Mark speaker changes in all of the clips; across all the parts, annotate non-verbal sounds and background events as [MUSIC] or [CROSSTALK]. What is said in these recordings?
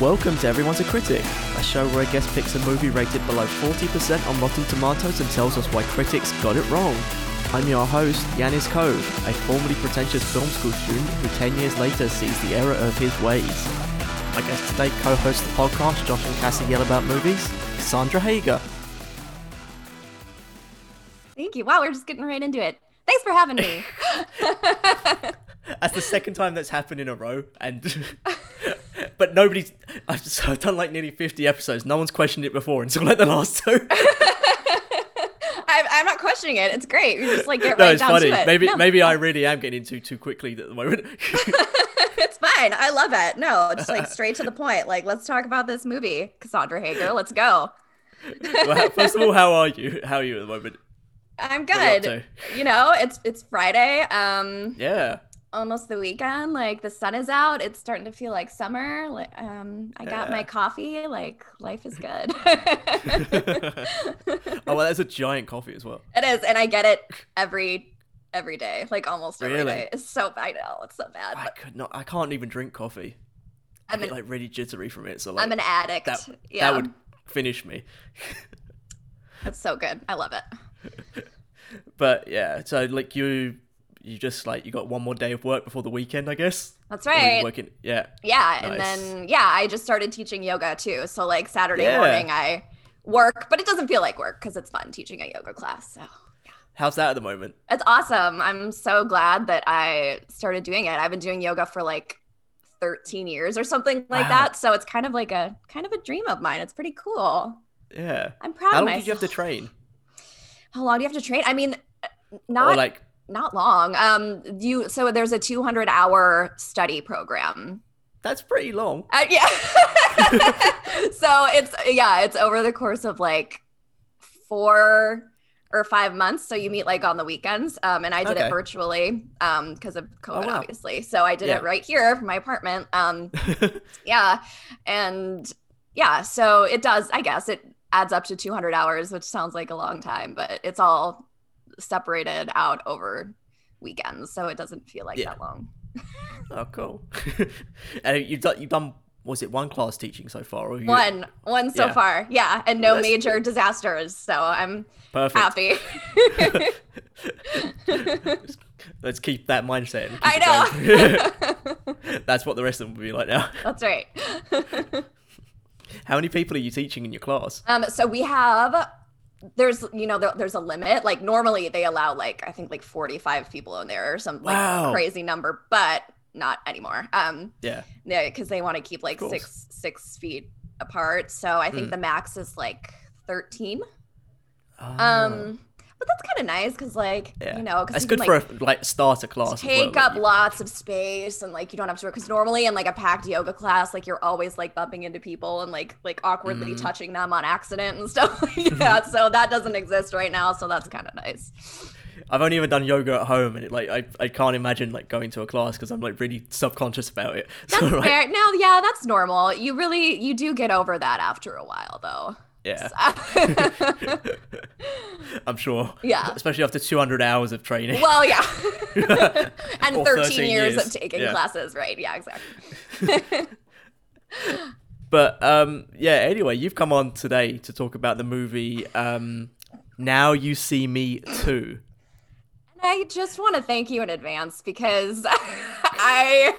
Speaker 1: Welcome to Everyone's a Critic, a show where a guest picks a movie rated below 40% on Rotten Tomatoes and tells us why critics got it wrong. I'm your host, Yanis Kove, a formerly pretentious film school student who 10 years later sees the error of his ways. My guest today co-hosts the podcast Josh and Cassie Yell About Movies, Cassandra Hager.
Speaker 2: Thank you. Wow, we're just getting right into it. Thanks for having me.
Speaker 1: That's the second time that's happened in a row, and [LAUGHS] but nobody's. I've, just, I've done like nearly fifty episodes. No one's questioned it before until like the last two.
Speaker 2: [LAUGHS] I'm, I'm not questioning it. It's great. We just like get
Speaker 1: no,
Speaker 2: right
Speaker 1: it's
Speaker 2: down
Speaker 1: funny.
Speaker 2: to it.
Speaker 1: Maybe
Speaker 2: No,
Speaker 1: maybe I really am getting into too quickly at the moment.
Speaker 2: [LAUGHS]
Speaker 1: [LAUGHS]
Speaker 2: it's fine. I love it. No,
Speaker 1: [LAUGHS]
Speaker 2: just like straight to the point. Like, let's talk about this movie, Cassandra Hager. Let's go.
Speaker 1: well, first of all, how are you? How are you at the moment?
Speaker 2: I'm
Speaker 1: are you up
Speaker 2: good. You know, it's it's Friday. Um, [LAUGHS]
Speaker 1: Yeah, [LAUGHS]
Speaker 2: almost the weekend. Like the sun is out. It's starting to feel like summer. Like, um, I got
Speaker 1: Yeah.
Speaker 2: my coffee. Like life
Speaker 1: [LAUGHS]
Speaker 2: is good. [LAUGHS]
Speaker 1: oh well, that's a giant coffee as well.
Speaker 2: It is, and I get it every every day, like almost every day.
Speaker 1: Really?
Speaker 2: It's so I know it's so bad.
Speaker 1: I could not. I can't even drink coffee. I
Speaker 2: Uh, I'm
Speaker 1: get
Speaker 2: an-
Speaker 1: like really jittery from it. So like
Speaker 2: I'm an addict.
Speaker 1: that,
Speaker 2: yeah,
Speaker 1: that would finish me.
Speaker 2: it's so good. I love it.
Speaker 1: But yeah, so like you, you just like you got one more day of work before the weekend, I guess.
Speaker 2: That's
Speaker 1: Or are you
Speaker 2: right.
Speaker 1: Working, yeah.
Speaker 2: Yeah,
Speaker 1: Nice.
Speaker 2: and then yeah, I just started teaching yoga too. So like Saturday
Speaker 1: Yeah.
Speaker 2: morning, I work, but it doesn't feel like work because it's fun teaching a yoga class. So.
Speaker 1: How's that at the moment?
Speaker 2: It's awesome. I'm so glad that I started doing it. I've been doing yoga for like 13 years or something like
Speaker 1: Wow.
Speaker 2: that. So it's kind of like a kind of a dream of mine. It's pretty cool.
Speaker 1: Yeah.
Speaker 2: I'm proud
Speaker 1: How long
Speaker 2: of myself.
Speaker 1: did you have to train?
Speaker 2: How long do you have to train? I mean,
Speaker 1: or
Speaker 2: not
Speaker 1: like,
Speaker 2: not long. Um, you so there's a 200 hour study program.
Speaker 1: that's pretty long.
Speaker 2: Uh, yeah. [LAUGHS] so it's yeah, it's over the course of like four or five months. So you meet like on the weekends. Um, and I did
Speaker 1: Okay. Oh,
Speaker 2: it virtually um because of COVID,
Speaker 1: wow.
Speaker 2: obviously. So I did
Speaker 1: Yeah.
Speaker 2: it right here from my apartment.
Speaker 1: [LAUGHS]
Speaker 2: Um, yeah, and yeah, so it does. I guess it adds up to 200 hours, which sounds like a long time, but it's all separated out over weekends, so it doesn't feel like
Speaker 1: Yeah.
Speaker 2: that long.
Speaker 1: oh, cool. [LAUGHS] and you've done, you've done, was it one class teaching so far? Or you,
Speaker 2: One, one so
Speaker 1: Yeah.
Speaker 2: far, yeah, and no
Speaker 1: That's
Speaker 2: major disasters, so I'm
Speaker 1: Perfect.
Speaker 2: happy.
Speaker 1: Let's keep that mindset. and
Speaker 2: [LAUGHS] I
Speaker 1: keep it [LAUGHS]
Speaker 2: know. [LAUGHS]
Speaker 1: going. that's what the rest of them will be like now. [LAUGHS]
Speaker 2: That's right.
Speaker 1: How many people are you teaching in your class?
Speaker 2: Um, so we have there's you know there, there's a limit. Like normally they allow like I think like 45 people in there or some like
Speaker 1: Wow.
Speaker 2: crazy number, but not anymore. Um,
Speaker 1: Yeah.
Speaker 2: yeah, because they want to keep like
Speaker 1: course.
Speaker 2: six six feet apart. So I think
Speaker 1: Mm.
Speaker 2: the max is like 13.
Speaker 1: Ah.
Speaker 2: Um, but that's kind of nice because like
Speaker 1: Yeah.
Speaker 2: you know because
Speaker 1: That's good
Speaker 2: like,
Speaker 1: for a like starter class. as well,
Speaker 2: take
Speaker 1: like,
Speaker 2: up
Speaker 1: you-
Speaker 2: lots of space and like you don't have to because normally in like a packed yoga class like you're always like bumping into people and like like awkwardly
Speaker 1: Mhm.
Speaker 2: touching them on accident and [LAUGHS] stuff
Speaker 1: [LAUGHS]
Speaker 2: like that so that doesn't exist right now so that's kind of nice
Speaker 1: I've only ever done yoga at home, and it, like I, I can't imagine like going to a class because I'm like really subconscious about it. [LAUGHS]
Speaker 2: that's
Speaker 1: like,
Speaker 2: fair no yeah that's normal you really you do get over that after a while though
Speaker 1: Yeah,
Speaker 2: So- [LAUGHS]
Speaker 1: I'm sure.
Speaker 2: Yeah.
Speaker 1: especially after 200 hours of training.
Speaker 2: well
Speaker 1: [LAUGHS]
Speaker 2: yeah [LAUGHS] and
Speaker 1: Or
Speaker 2: 13,
Speaker 1: 13
Speaker 2: years,
Speaker 1: years.
Speaker 2: of taking
Speaker 1: Yeah.
Speaker 2: classes right yeah exactly
Speaker 1: But um, yeah. Anyway, you've come on today to talk about the movie. Um, now you see me too.
Speaker 2: I just want to thank you in advance because [LAUGHS] I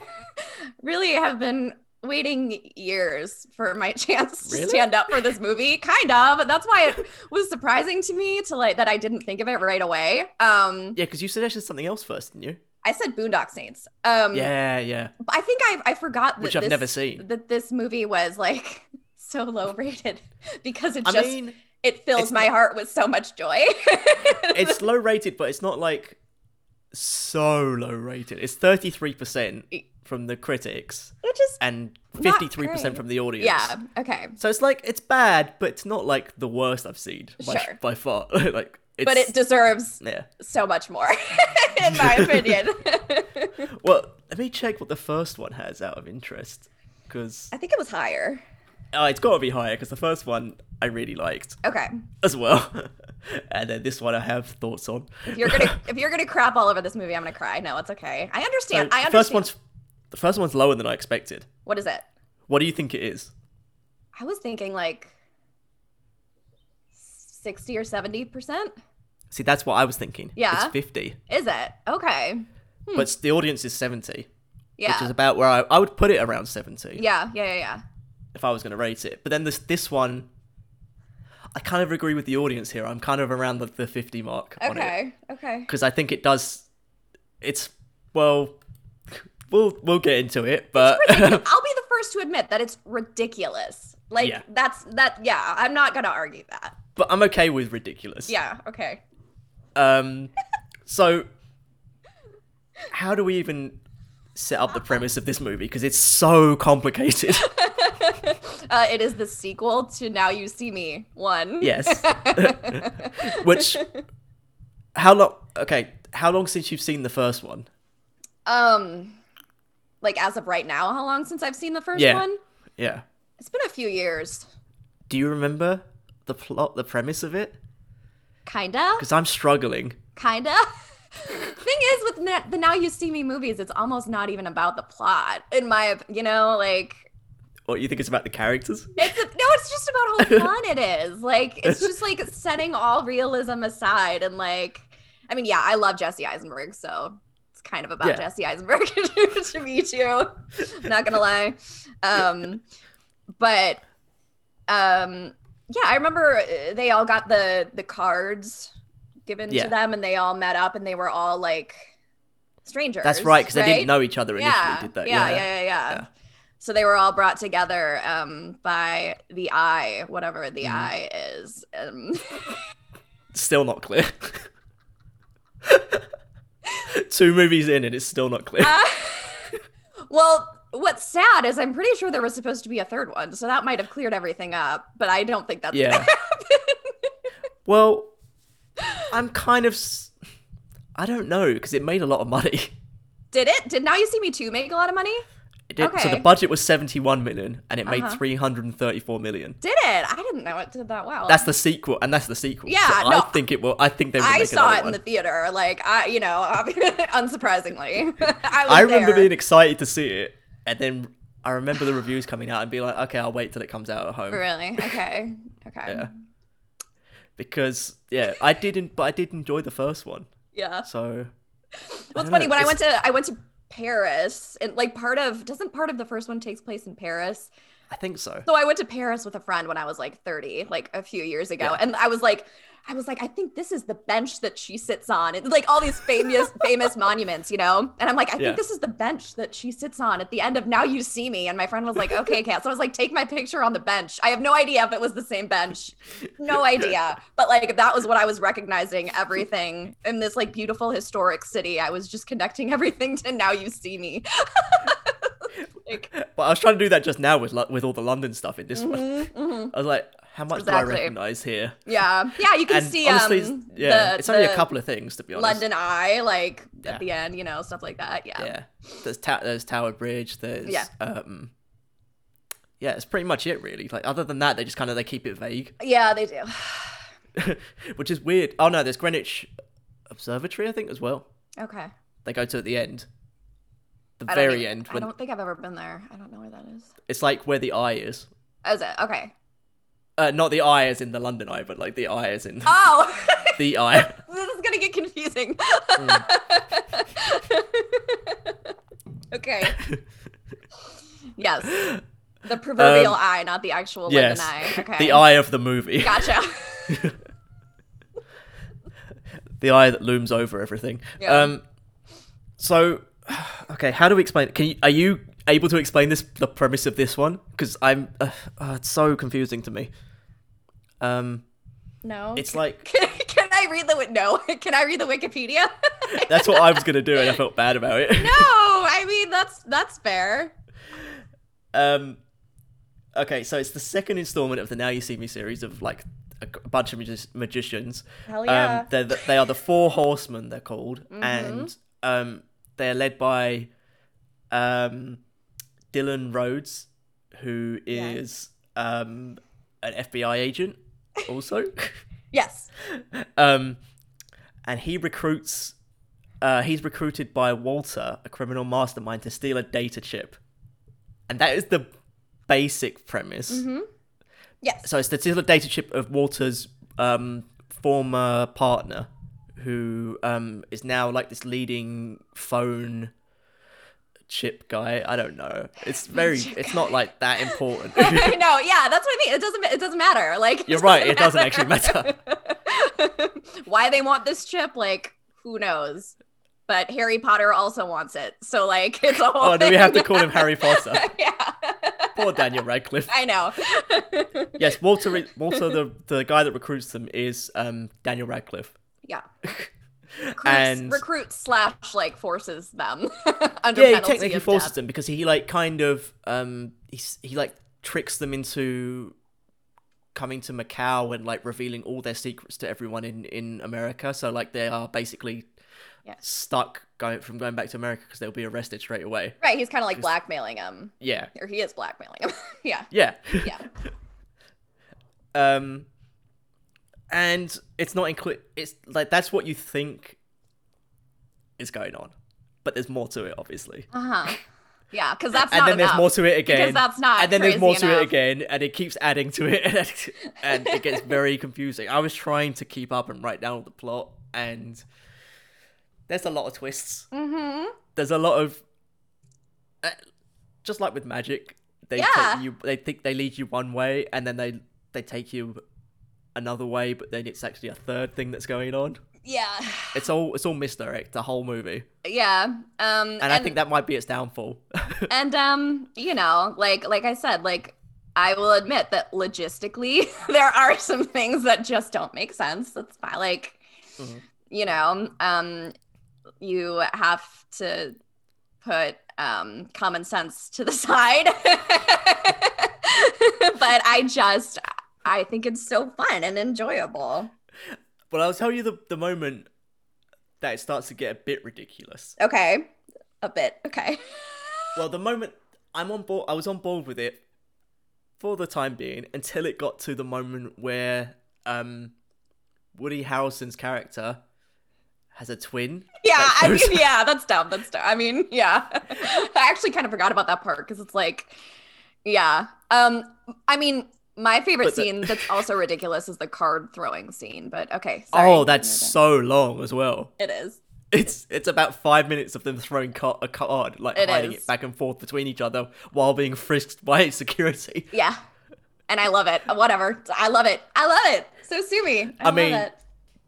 Speaker 2: really have been waiting years for my [LAUGHS] chance to
Speaker 1: Really?
Speaker 2: stand up for this movie. Kind of. That's why it was surprising to me to like that I didn't think of it right away. Um,
Speaker 1: Yeah, because you suggested something else first, didn't you?
Speaker 2: I said Boondock Saints. Um,
Speaker 1: Yeah, yeah.
Speaker 2: but I think I I forgot that
Speaker 1: Which I've
Speaker 2: this-
Speaker 1: never seen.
Speaker 2: that this movie was like [LAUGHS] so low rated [LAUGHS] because it
Speaker 1: I
Speaker 2: just
Speaker 1: mean,
Speaker 2: it fills
Speaker 1: it's
Speaker 2: my heart with so much joy. [LAUGHS]
Speaker 1: it's low rated, but it's not like so low rated. It's 33 percent from the critics
Speaker 2: Which is
Speaker 1: and
Speaker 2: Not
Speaker 1: 53 percent
Speaker 2: great.
Speaker 1: from the audience.
Speaker 2: yeah okay.
Speaker 1: So it's like it's bad, but it's not like the worst I've seen by,
Speaker 2: Sure.
Speaker 1: by far. [LAUGHS] like, it's,
Speaker 2: But it deserves
Speaker 1: yeah.
Speaker 2: so much more, [LAUGHS] in my
Speaker 1: [LAUGHS]
Speaker 2: opinion.
Speaker 1: Well, let me check what the first one has out of interest, because
Speaker 2: I think it was higher.
Speaker 1: oh, it's got to be higher. Because the first one I really liked
Speaker 2: Okay,
Speaker 1: as well,
Speaker 2: [LAUGHS]
Speaker 1: and then this one I have thoughts on.
Speaker 2: if
Speaker 1: [LAUGHS]
Speaker 2: you're gonna if you're gonna crap all over this movie, I'm gonna cry. No, it's okay. I
Speaker 1: So
Speaker 2: understand. I
Speaker 1: the first
Speaker 2: understand.
Speaker 1: one's the first one's lower than I expected.
Speaker 2: what is it?
Speaker 1: What do you think it is?
Speaker 2: I was thinking like 60 or 70%.
Speaker 1: See, that's what I was thinking.
Speaker 2: Yeah.
Speaker 1: It's 50,
Speaker 2: Is it? Okay.
Speaker 1: but the audience is 70, which
Speaker 2: Yeah.
Speaker 1: is about where I, I would put it around 70.
Speaker 2: yeah. Yeah. Yeah. Yeah.
Speaker 1: if I was going to rate it. But then this this one, I kind of agree with the audience here. I'm kind of around the, the 50 mark on it
Speaker 2: Okay. Okay.
Speaker 1: because I think it does. It's well, [LAUGHS] we'll we'll get into it, but [LAUGHS]
Speaker 2: I'll be the first to admit that it's ridiculous. Like
Speaker 1: Yeah.
Speaker 2: that's that yeah, I'm not gonna argue that.
Speaker 1: but I'm okay with ridiculous.
Speaker 2: Yeah, okay. [LAUGHS]
Speaker 1: Um. So, how do we even set up the premise of this movie? Because it's so
Speaker 2: [LAUGHS]
Speaker 1: complicated. [LAUGHS]
Speaker 2: Uh, it is the sequel to Now You See Me one.
Speaker 1: yes. Which, how long? Okay, how long since you've seen the first one?
Speaker 2: [LAUGHS] Um like as of right now, how long since I've seen the first
Speaker 1: Yeah.
Speaker 2: one?
Speaker 1: Yeah.
Speaker 2: It's been a few years.
Speaker 1: Do you remember the plot, the premise of it?
Speaker 2: Kinda.
Speaker 1: Because I'm struggling.
Speaker 2: Kinda. [LAUGHS] Thing is with na- the Now You See Me movies, it's almost not even about the plot, in my op- you know, like
Speaker 1: What you think it's about the characters?
Speaker 2: It's no, it's
Speaker 1: [LAUGHS]
Speaker 2: just about how fun it is. Like it's just like setting all realism aside and like I mean, yeah, I love Jesse Eisenberg, so it's kind of about
Speaker 1: Yeah.
Speaker 2: Jesse Eisenberg [LAUGHS] to me too. Not gonna lie. Um but um yeah, I remember uh, they all got the the cards given
Speaker 1: Yeah.
Speaker 2: to them and they all met up and they were all like strangers.
Speaker 1: That's right, because they didn't
Speaker 2: right?
Speaker 1: know each other initially, did they?
Speaker 2: Yeah, yeah, yeah, yeah,
Speaker 1: Yeah.
Speaker 2: So they were all brought together um, by the eye, whatever the
Speaker 1: Mhm.
Speaker 2: eye is. Um, [LAUGHS]
Speaker 1: Still not clear. [LAUGHS] Two movies in and it's still not clear.
Speaker 2: uh, well, what's sad is I'm pretty sure there was supposed to be a third one, so that might have cleared everything up. But I don't think
Speaker 1: [LAUGHS]
Speaker 2: that's
Speaker 1: yeah. well, I'm kind of. s- I don't know because it made a lot of money.
Speaker 2: Did it? Did Now You See Me Too make a lot of money?
Speaker 1: It did, So the
Speaker 2: Okay.
Speaker 1: budget was 71 million and it made
Speaker 2: Uh-huh.
Speaker 1: 334 million.
Speaker 2: Did it? I didn't know it did that well.
Speaker 1: That's the sequel, and that's the sequel.
Speaker 2: Oh. Yeah,
Speaker 1: so I
Speaker 2: no,
Speaker 1: think it will. I think they will
Speaker 2: I
Speaker 1: make
Speaker 2: saw
Speaker 1: another
Speaker 2: it
Speaker 1: one.
Speaker 2: in the theater, like I, you know, [LAUGHS] unsurprisingly. [LAUGHS] I, was
Speaker 1: I remember
Speaker 2: there.
Speaker 1: being excited to see it, and then I remember the reviews coming out and being like, "Okay, I'll wait till it comes out at home." [LAUGHS]
Speaker 2: really okay, okay,
Speaker 1: Yeah. Because yeah, I didn't, but I did enjoy the first one.
Speaker 2: yeah.
Speaker 1: So
Speaker 2: Well, it's
Speaker 1: I don't
Speaker 2: funny
Speaker 1: know,
Speaker 2: when I
Speaker 1: it's-
Speaker 2: went to I went to Paris and like part of doesn't part of the first one takes place in Paris.
Speaker 1: I think so.
Speaker 2: So I went to Paris with a friend when I was like 30, like a few years ago,
Speaker 1: Yeah.
Speaker 2: and I was like. I was like, I think this is the bench that she sits on, and like all
Speaker 1: [LAUGHS]
Speaker 2: these famous, famous monuments, you know. And I'm like, I think
Speaker 1: Yeah.
Speaker 2: this is the bench that she sits on at the end of Now You See Me. And my friend was like, Okay, Kat. So I was like, Take my picture on the bench. I have no idea if it was the same bench,
Speaker 1: [LAUGHS]
Speaker 2: no idea. But like that was what I was recognizing everything in this like beautiful historic city. I was just connecting everything to Now You See Me. like,
Speaker 1: [LAUGHS] But I was trying to do that just now with Lo- with all the London stuff in this one.
Speaker 2: mhm, mhm.
Speaker 1: I was like, "How much do
Speaker 2: Exactly.
Speaker 1: I recognize here?"
Speaker 2: Yeah, yeah, you can
Speaker 1: And
Speaker 2: see.
Speaker 1: honestly,
Speaker 2: um,
Speaker 1: it's- yeah,
Speaker 2: the-
Speaker 1: it's only
Speaker 2: the-
Speaker 1: a couple of things to be honest.
Speaker 2: London Eye, like
Speaker 1: Yeah.
Speaker 2: at the end, you know, stuff like that. Yeah.
Speaker 1: Yeah, there's ta- there's Tower Bridge. There's
Speaker 2: Yeah.
Speaker 1: um, yeah, it's pretty much it really. Like other than that, they just kind of they keep it vague. [LAUGHS]
Speaker 2: Yeah, they do. [SIGHS]
Speaker 1: which is weird. Oh no, there's Greenwich Observatory, I think, as well.
Speaker 2: Okay.
Speaker 1: They go to at the end, the
Speaker 2: I don't
Speaker 1: very
Speaker 2: think-
Speaker 1: end
Speaker 2: I
Speaker 1: when
Speaker 2: don't think I've ever been there. I don't know where that is.
Speaker 1: it's like where the eye is.
Speaker 2: Is it?
Speaker 1: [LAUGHS]
Speaker 2: Okay.
Speaker 1: Uh, not the eye as in the London eye, but like the eye as in
Speaker 2: Oh, [LAUGHS]
Speaker 1: the eye.
Speaker 2: this is gonna get confusing. [LAUGHS] okay. yes. The proverbial eye, not the actual
Speaker 1: Um, yes,
Speaker 2: London
Speaker 1: [LAUGHS]
Speaker 2: eye. Okay.
Speaker 1: the eye of the movie,
Speaker 2: Gotcha.
Speaker 1: [LAUGHS] the eye that looms over everything.
Speaker 2: Yeah.
Speaker 1: Um, so, [SIGHS] okay, how do we explain? Can you are you able to explain this the premise of this one? Because I'm, uh, uh, it's so confusing to me. Um,
Speaker 2: No.
Speaker 1: it's like
Speaker 2: [LAUGHS] Can, can I read the wi- no? [LAUGHS] Can I read the Wikipedia? [LAUGHS]
Speaker 1: That's what I was gonna do, and I felt bad about it.
Speaker 2: no, I mean that's that's fair.
Speaker 1: [LAUGHS] Um, okay, so it's the second installment of the Now You See Me series of like a g- bunch of magi- magicians.
Speaker 2: Hell
Speaker 1: Um, they're the, they are the Four Horsemen. They're called, and um, they are led by um, Dylan Rhodes, who
Speaker 2: Yeah.
Speaker 1: is um, an FBI agent, also. [LAUGHS]
Speaker 2: yes.
Speaker 1: um, and he recruits. Uh, he's recruited by Walter, a criminal mastermind, to steal a data chip, and that is the basic premise.
Speaker 2: hmm Yes.
Speaker 1: So it's the titular data chip of Walter's um, former partner, who um, is now like this leading phone chip guy. I don't know. It's very.
Speaker 2: Chip
Speaker 1: It's not like that important. [LAUGHS]
Speaker 2: [LAUGHS] no, yeah, that's what I mean. It doesn't. It doesn't matter. Like
Speaker 1: You're right, it doesn't actually
Speaker 2: matter. [LAUGHS] Why they want this chip? Like who knows? But Harry Potter also wants it. So like it's a whole.
Speaker 1: oh, do we have to call him
Speaker 2: thing.
Speaker 1: Harry Potter?
Speaker 2: [LAUGHS] yeah,
Speaker 1: Poor Daniel Radcliffe.
Speaker 2: I know. [LAUGHS]
Speaker 1: Yes, Walter. is- Walter, the the guy that recruits them is um, Daniel Radcliffe.
Speaker 2: yeah. Recruits,
Speaker 1: And-
Speaker 2: recruits slash like forces them [LAUGHS] under
Speaker 1: yeah, he
Speaker 2: penalty
Speaker 1: technically
Speaker 2: of
Speaker 1: forces
Speaker 2: death.
Speaker 1: them because he like kind of um he s- he like tricks them into coming to Macau and like revealing all their secrets to everyone in in America. So like they are basically
Speaker 2: Yeah.
Speaker 1: stuck going from going back to America because they'll be arrested straight away.
Speaker 2: Right, he's kind of like blackmailing him,
Speaker 1: Yeah,
Speaker 2: or he is blackmailing him. [LAUGHS] yeah,
Speaker 1: yeah, [LAUGHS]
Speaker 2: yeah.
Speaker 1: um, and it's not include. It's like that's what you think is going on, but there's more to it, obviously.
Speaker 2: Uh huh. Yeah, because that's
Speaker 1: and
Speaker 2: not
Speaker 1: then there's
Speaker 2: enough.
Speaker 1: more to it again.
Speaker 2: Because that's not
Speaker 1: And then there's
Speaker 2: crazy
Speaker 1: more to it
Speaker 2: enough.
Speaker 1: again, and it keeps adding to it, [LAUGHS] and it gets very confusing. I was trying to keep up and write down the plot, and there's a lot of twists.
Speaker 2: Mm-hmm.
Speaker 1: There's a lot of, uh, just like with magic, they
Speaker 2: Yeah.
Speaker 1: take you. They think they lead you one way, and then they they take you another way, but then it's actually a third thing that's going on.
Speaker 2: Yeah.
Speaker 1: It's all it's all misdirect the whole movie,
Speaker 2: Yeah. Um and,
Speaker 1: and I think that might be its downfall. [LAUGHS]
Speaker 2: and um, you know, like like I said, like I will admit that logistically [LAUGHS] there are some things that just don't make sense. That's fine. Like
Speaker 1: Mhm.
Speaker 2: you know, um you have to put um common sense to the [LAUGHS] side. but I just I think it's so fun and enjoyable.
Speaker 1: Well, I'll tell you the, the moment that it starts to get a bit ridiculous.
Speaker 2: Okay. A bit. Okay.
Speaker 1: Well, the moment I'm on board, I was on board with it for the time being until it got to the moment where um, Woody Harrelson's character has a twin.
Speaker 2: Yeah,
Speaker 1: Like,
Speaker 2: I mean,
Speaker 1: there's-
Speaker 2: yeah, that's dumb. That's dumb. I mean, yeah. [LAUGHS] I actually kind of forgot about that part because it's like, yeah. Um, I mean, my favorite
Speaker 1: But the-
Speaker 2: scene that's also ridiculous is the card throwing scene. But okay, sorry.
Speaker 1: Oh, that's
Speaker 2: No,
Speaker 1: so long as well.
Speaker 2: no. it is.
Speaker 1: It's it's about five minutes of them throwing ca- a card, like
Speaker 2: It
Speaker 1: hiding
Speaker 2: is.
Speaker 1: it back and forth between each other while being frisked by [LAUGHS] security.
Speaker 2: Yeah, and I love it. Whatever, I love it. I love it. So sue me. I,
Speaker 1: I
Speaker 2: love
Speaker 1: mean,
Speaker 2: it.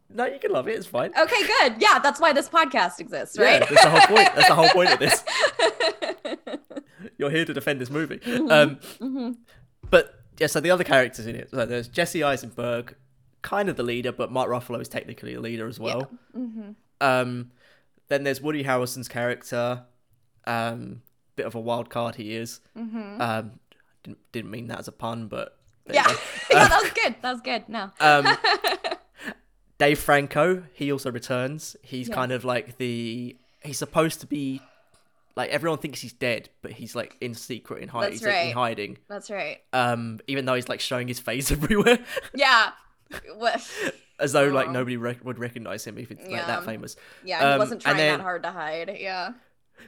Speaker 1: No, you can love it. It's fine.
Speaker 2: okay, good. Yeah, that's why this podcast exists, right?
Speaker 1: Yeah, that's the whole
Speaker 2: [LAUGHS]
Speaker 1: point. That's the whole point of this. You're here to defend this movie. Um, But yeah, so the other characters in it. So there's Jesse Eisenberg, kind of the leader, but Mark Ruffalo is technically a leader as well. Um, then there's Woody Harrelson's character. Um, bit of a wild card he is. Um, didn't, didn't mean that as a pun, but there you
Speaker 2: yeah, [LAUGHS]
Speaker 1: go.
Speaker 2: yeah. That was good. That was good. No. [LAUGHS]
Speaker 1: Um, Dave Franco, he also returns. He's
Speaker 2: Yes.
Speaker 1: kind of like the. He's supposed to be, like everyone thinks he's dead, but he's like in secret in hiding.
Speaker 2: That's
Speaker 1: He's like, in
Speaker 2: right.
Speaker 1: hiding.
Speaker 2: That's right.
Speaker 1: Um, even though he's like showing his face [LAUGHS] everywhere,
Speaker 2: Yeah. What?
Speaker 1: as though like
Speaker 2: Oh.
Speaker 1: nobody rec- would recognize him if it's like
Speaker 2: Yeah.
Speaker 1: that famous.
Speaker 2: Yeah, he
Speaker 1: Um,
Speaker 2: wasn't
Speaker 1: and
Speaker 2: trying
Speaker 1: then-
Speaker 2: that hard to hide. Yeah.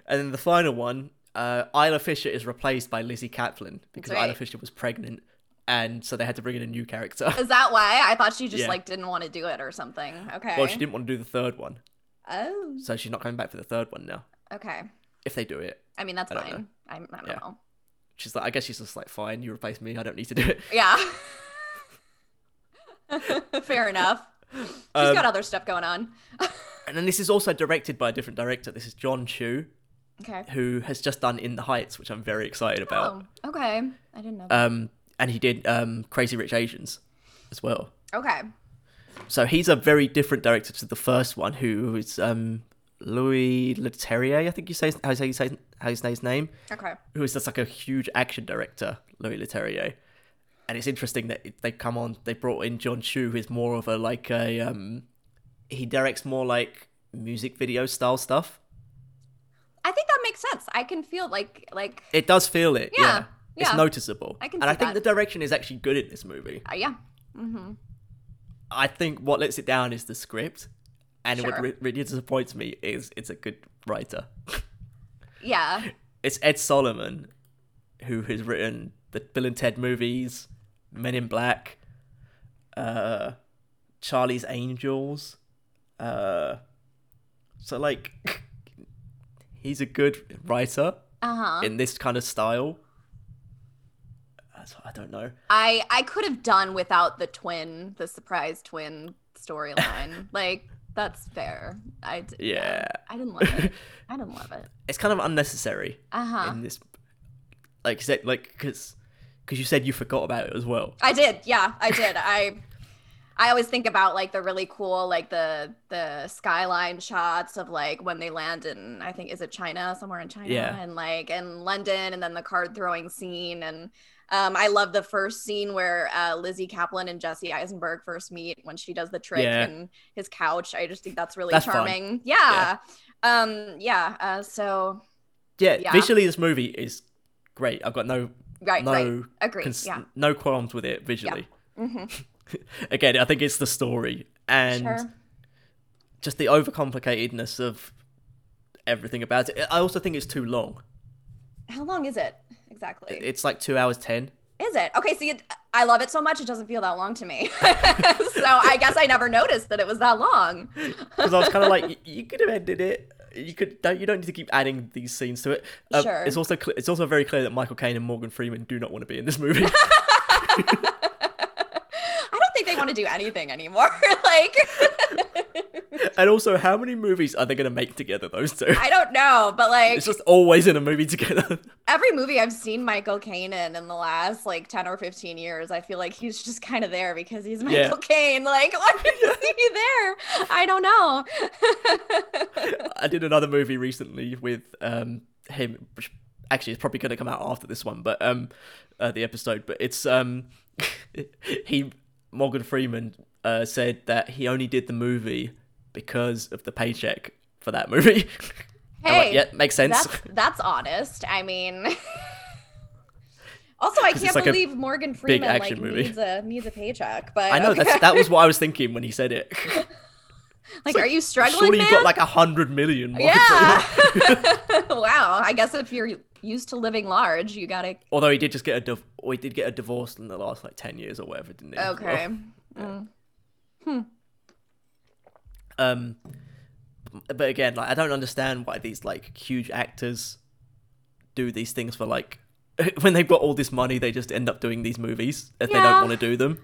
Speaker 1: And then the final one, uh, Isla Fisher is replaced by Lizzie Kaplan because
Speaker 2: right.
Speaker 1: Isla Fisher was pregnant, and so they had to bring in a new character.
Speaker 2: Is that why? I thought she just
Speaker 1: Yeah.
Speaker 2: like didn't want to do it or something. Okay.
Speaker 1: Well, she didn't want to do the third one,
Speaker 2: Oh.
Speaker 1: so she's not coming back for the third one now.
Speaker 2: Okay.
Speaker 1: If they do it,
Speaker 2: I mean, that's
Speaker 1: I don't know.
Speaker 2: fine. I, I don't
Speaker 1: Yeah.
Speaker 2: know.
Speaker 1: she's like, I guess she's just like, fine, you replace me, I don't need to do it.
Speaker 2: Yeah. [LAUGHS] Fair enough. She's
Speaker 1: Um,
Speaker 2: got other stuff going on. [LAUGHS]
Speaker 1: And then this is also directed by a different director. This is John Chu,
Speaker 2: Okay.
Speaker 1: who has just done In the Heights, which I'm very excited about.
Speaker 2: Oh, okay. I didn't know. That.
Speaker 1: Um, and he did um, Crazy Rich Asians as well.
Speaker 2: okay.
Speaker 1: So he's a very different director to the first one, who is um, Louis Leterrier, I think you say how you say, you say how you say his name,
Speaker 2: Okay.
Speaker 1: who is just like a huge action director, Louis Leterrier. And it's interesting that it- they come on, they brought in John Chu, who is more of a like a um, he directs more like music video style stuff.
Speaker 2: I think that makes sense. I can feel like like
Speaker 1: It does feel it. Yeah.
Speaker 2: Yeah,
Speaker 1: It's
Speaker 2: yeah.
Speaker 1: noticeable.
Speaker 2: I can
Speaker 1: and
Speaker 2: see
Speaker 1: I think
Speaker 2: that.
Speaker 1: the direction is actually good in this movie.
Speaker 2: uh, yeah. Mm-hmm.
Speaker 1: I think what lets it down is the script. And what
Speaker 2: Sure.
Speaker 1: re- really disappoints me is it's a good writer.
Speaker 2: Yeah.
Speaker 1: [LAUGHS] It's Ed Solomon who has written the Bill and Ted movies, Men in Black, uh, Charlie's Angels. Uh, so like, [LAUGHS] he's a good writer
Speaker 2: Uh huh.
Speaker 1: in this kind of style. That's- I don't know.
Speaker 2: I I could have done without the twin, the surprise twin storyline. like that's fair. I d-
Speaker 1: Yeah.
Speaker 2: I didn't love it. I didn't love it.
Speaker 1: It's kind of unnecessary
Speaker 2: Uh huh.
Speaker 1: in this, like you said, like because because you said you forgot about it as well.
Speaker 2: I did. Yeah, I did. I I always think about like the really cool like the the skyline shots of like when they land in I think is it China somewhere in China
Speaker 1: Yeah.
Speaker 2: and like in London and then the card throwing scene and um, I love the first scene where uh, Lizzie Kaplan and Jesse Eisenberg first meet when she does the trick
Speaker 1: Yeah.
Speaker 2: in his couch. I just think that's really
Speaker 1: That's fun.
Speaker 2: charming. Yeah. Um yeah, uh, so
Speaker 1: Yeah,
Speaker 2: Yeah.
Speaker 1: visually this movie is great. I've got no
Speaker 2: right right.
Speaker 1: no
Speaker 2: Agree.
Speaker 1: cons-
Speaker 2: yeah.
Speaker 1: no qualms with it visually.
Speaker 2: hmm
Speaker 1: Again, I think it's the story and
Speaker 2: Sure.
Speaker 1: just the overcomplicatedness of everything about it. I also think it's too long.
Speaker 2: How long is it exactly?
Speaker 1: It's like two hours ten.
Speaker 2: Is it? Okay, see, I love it so much, it doesn't feel that long to me. [LAUGHS] so I guess I never noticed that it was that long.
Speaker 1: Because I was kind of like, "Y- you could have ended it. You could don't. You don't need to keep adding these scenes to it. Um,
Speaker 2: Sure.
Speaker 1: It's also cl- it's also very clear that Michael Caine and Morgan Freeman do not want to be in this movie. [LAUGHS]
Speaker 2: I don't think they want to do anything anymore. [LAUGHS] like,
Speaker 1: and also, how many movies are they going to make together? Those two.
Speaker 2: I don't know, but like
Speaker 1: It's just always in a movie together. [LAUGHS]
Speaker 2: every movie I've seen Michael Caine in in the last like 10 or 15 years, I feel like he's just kind of there because he's
Speaker 1: Yeah.
Speaker 2: Michael Caine. Like, [LAUGHS] why is he there? I don't know. [LAUGHS]
Speaker 1: I did another movie recently with um him. Which actually, it's probably going to come out after this one, but um, uh, the episode. But it's um, [LAUGHS] he Morgan Freeman uh said that he only did the movie because of the paycheck for that movie. [LAUGHS] I'm like,
Speaker 2: Hey,
Speaker 1: yeah, makes sense.
Speaker 2: that's that's honest. I mean, [LAUGHS]
Speaker 1: [LAUGHS]
Speaker 2: also I
Speaker 1: it's
Speaker 2: can't
Speaker 1: like a
Speaker 2: believe Morgan Freeman like
Speaker 1: action movie.
Speaker 2: needs a needs a paycheck. But
Speaker 1: [LAUGHS] I know
Speaker 2: [LAUGHS] okay.
Speaker 1: that's that was what I was thinking when he said it.
Speaker 2: like, are you struggling,
Speaker 1: Surely
Speaker 2: man?
Speaker 1: you've got like a hundred million. Morgan Freeman. [LAUGHS]
Speaker 2: yeah. [LAUGHS] wow. I guess if you're used to living large, you gotta.
Speaker 1: Although he did just get a div- or he did get a divorce in the last like ten years or whatever, didn't he? as well?
Speaker 2: Okay. Mm.
Speaker 1: Um, but again, like I don't understand why these like huge actors do these things for like [LAUGHS] when they've got all this money, they just end up doing these movies if they
Speaker 2: Yeah.
Speaker 1: don't want to do them.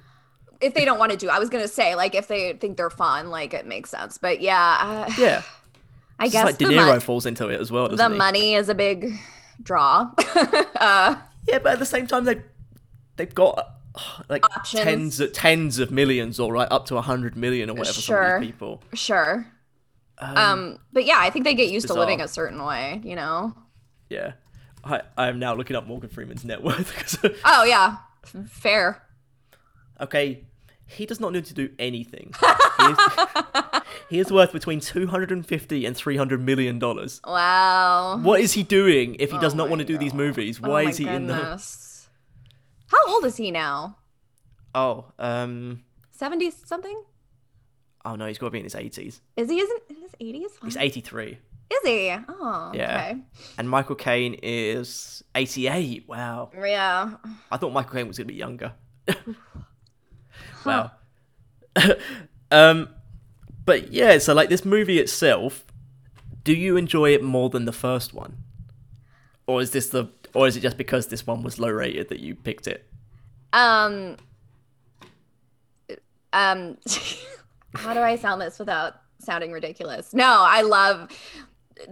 Speaker 2: If they don't want to do, I was gonna say like if they think they're fun, like it makes sense. But yeah, uh,
Speaker 1: Yeah,
Speaker 2: I
Speaker 1: it's
Speaker 2: guess
Speaker 1: like De
Speaker 2: the,
Speaker 1: Niro
Speaker 2: mon-
Speaker 1: falls into it as well. Doesn't
Speaker 2: the
Speaker 1: he?
Speaker 2: money is a big draw. [LAUGHS] uh,
Speaker 1: Yeah, but at the same time, they they've got [SIGHS] uh, like
Speaker 2: Options.
Speaker 1: tens of, tens of millions, or right up to a hundred million or whatever. for
Speaker 2: Sure.
Speaker 1: these people.
Speaker 2: sure.
Speaker 1: Um,
Speaker 2: Um, but yeah, I think they get used
Speaker 1: bizarre.
Speaker 2: to living a certain way, you know.
Speaker 1: yeah. I, I am now looking up Morgan Freeman's net worth. [LAUGHS] 'cause-
Speaker 2: Oh yeah, fair.
Speaker 1: okay, he does not need to do
Speaker 2: [LAUGHS]
Speaker 1: anything. he, is, he is worth between 250 and 300 million dollars.
Speaker 2: Wow.
Speaker 1: What is he doing if he does
Speaker 2: Oh
Speaker 1: not want
Speaker 2: my
Speaker 1: to do these
Speaker 2: God.
Speaker 1: movies?
Speaker 2: Oh
Speaker 1: Why
Speaker 2: my
Speaker 1: is he in the
Speaker 2: goodness. How old is he now?
Speaker 1: Oh, um
Speaker 2: Seventy something?
Speaker 1: oh no, he's got to be in his 80s.
Speaker 2: Is he? Isn't in his eighties?
Speaker 1: He's
Speaker 2: Is
Speaker 1: 83
Speaker 2: he? Oh,
Speaker 1: Yeah. and Michael Caine is 88. Wow.
Speaker 2: okay. Yeah.
Speaker 1: I thought Michael Caine was going to be younger. wow. [LAUGHS] um but yeah, so like this movie itself, do you enjoy it more than the first one? Or is this the or is it just because this one was low rated that you picked it?
Speaker 2: Um. Um. [LAUGHS] how do I sound this without sounding ridiculous? No, I love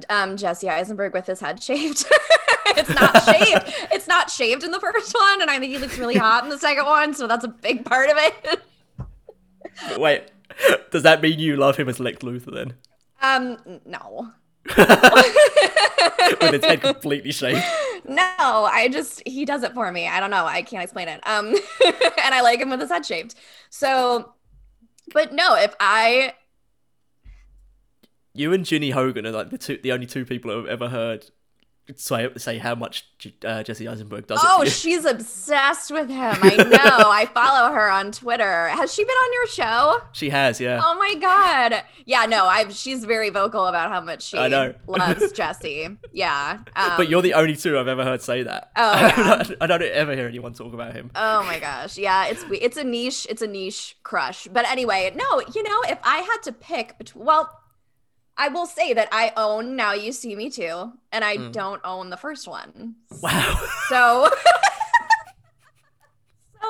Speaker 2: um Jesse Eisenberg with his head shaved. [LAUGHS] it's
Speaker 1: [LAUGHS]
Speaker 2: not shaved. It's not shaved in the first one, and I think he looks really hot in the second one. So that's a big part of it.
Speaker 1: Wait, [LAUGHS] does that mean you love him as Lex Luthor then?
Speaker 2: Um. No.
Speaker 1: With his head completely [LAUGHS] shaved.
Speaker 2: No, I just he does it for me. I don't know. I can't explain it. Um [LAUGHS] and I like him with his head shaved. So but no, if I
Speaker 1: You and Ginny Hogan are like the two, the only two people I've ever heard say, say how much uh, Jesse Eisenberg does. [LAUGHS]
Speaker 2: oh,
Speaker 1: it for
Speaker 2: she's obsessed with him. I know. I follow her on Twitter. Has she been on your show?
Speaker 1: you. she has, yeah.
Speaker 2: Oh my god. Yeah, no, I've she's very vocal about how much she
Speaker 1: I know. [LAUGHS]
Speaker 2: loves Jesse. Yeah. Um,
Speaker 1: but you're the only two I've ever heard say that. [LAUGHS]
Speaker 2: Oh,
Speaker 1: I, don't, I don't ever hear anyone talk about him.
Speaker 2: Oh my gosh. Yeah, it's we- it's a niche, it's a niche crush. But anyway, no, you know, if I had to pick between well, I will say that I own Now You See Me Too, and I
Speaker 1: Mm.
Speaker 2: don't own the first one.
Speaker 1: Wow.
Speaker 2: So [LAUGHS] So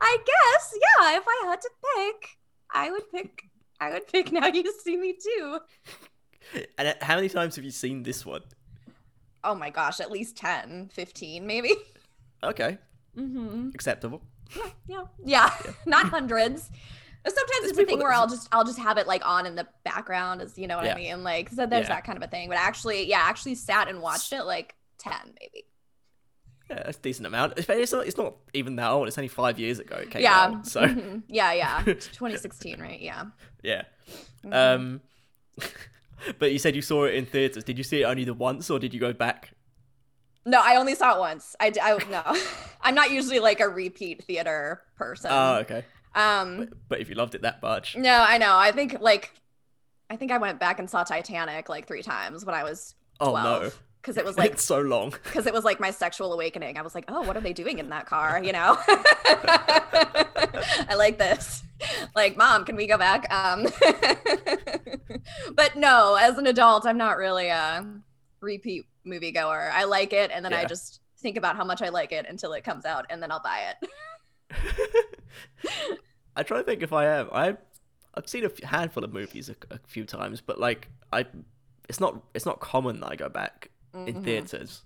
Speaker 2: I guess, yeah, if I had to pick, I would pick I would pick Now You See Me Too.
Speaker 1: and how many times have you seen this one?
Speaker 2: Oh my gosh, at least 10, 15 maybe.
Speaker 1: Okay,
Speaker 2: Mhm.
Speaker 1: acceptable.
Speaker 2: yeah yeah [LAUGHS] not hundreds But sometimes
Speaker 1: There's
Speaker 2: it's a
Speaker 1: people
Speaker 2: thing
Speaker 1: that-
Speaker 2: where i'll just i'll just have it like on in the background is you know what
Speaker 1: Yeah.
Speaker 2: i mean like so there's
Speaker 1: Yeah.
Speaker 2: that kind of a thing but actually yeah I actually sat and watched it like 10 maybe
Speaker 1: Yeah, that's a decent amount. It's- It's not, it's not even that old. It's only five years ago it came
Speaker 2: yeah
Speaker 1: out. So [LAUGHS]
Speaker 2: Mhm. yeah yeah 2016 right yeah
Speaker 1: yeah.
Speaker 2: Mhm.
Speaker 1: Um, [LAUGHS] but you said you saw it in theaters. Did you see it only the once, or did you go back?
Speaker 2: no i only saw it once i d- i no [LAUGHS] i'm not usually like a repeat theater person
Speaker 1: Oh, okay.
Speaker 2: um
Speaker 1: But if you loved it that much,
Speaker 2: no i know i think like i think i went back and saw titanic like three times when i was
Speaker 1: oh
Speaker 2: 12
Speaker 1: no,
Speaker 2: because it was
Speaker 1: [LAUGHS]
Speaker 2: like
Speaker 1: it's so long.
Speaker 2: because it was like my sexual awakening. I was like, oh, what are they doing in that car? You know, [LAUGHS] I like this. Like, mom, can we go back? Um, [LAUGHS] but no, as an adult, I'm not really a repeat moviegoer. I like it, and then I
Speaker 1: Yeah.
Speaker 2: just think about how much I like it until it comes out, and then I'll buy it.
Speaker 1: I try to think if I am. I I've seen a f- handful of movies a, a few times, but like I, it's not it's not common that I go back in
Speaker 2: Mhm.
Speaker 1: theaters.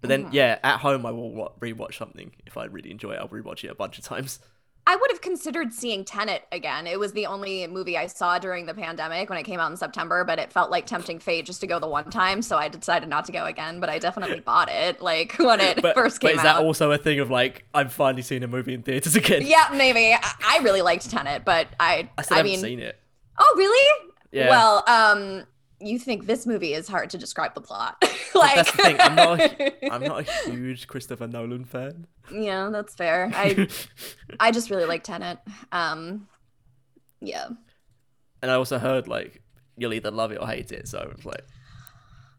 Speaker 1: But then,
Speaker 2: Mhm.
Speaker 1: yeah, at home I will wa- rewatch something if I really enjoy it. I'll rewatch it a bunch of times.
Speaker 2: I would have considered seeing Tenet again. It was the only movie I saw during the pandemic when it came out in September, but it felt like tempting fate just to go the one time, so I decided not to go again. But
Speaker 1: [LAUGHS]
Speaker 2: I definitely bought it like when [LAUGHS] it
Speaker 1: But,
Speaker 2: first
Speaker 1: but
Speaker 2: came
Speaker 1: is
Speaker 2: out.
Speaker 1: that also a thing of like I'm finally seeing a movie in theaters [LAUGHS] again?
Speaker 2: yeah, maybe. I, I really liked Tenet, but I
Speaker 1: I
Speaker 2: I,
Speaker 1: still haven't
Speaker 2: mean,
Speaker 1: seen it.
Speaker 2: oh really?
Speaker 1: Yeah,
Speaker 2: Well, um, you think this movie is hard to describe the plot? [LAUGHS] like
Speaker 1: that's the thing, I'm not [LAUGHS] I'm not
Speaker 2: [LAUGHS]
Speaker 1: a huge Christopher Nolan fan.
Speaker 2: yeah, that's fair. I I just really like Tenet. Um, yeah.
Speaker 1: [LAUGHS] and I also heard like you'll either love it or hate it. So I was like,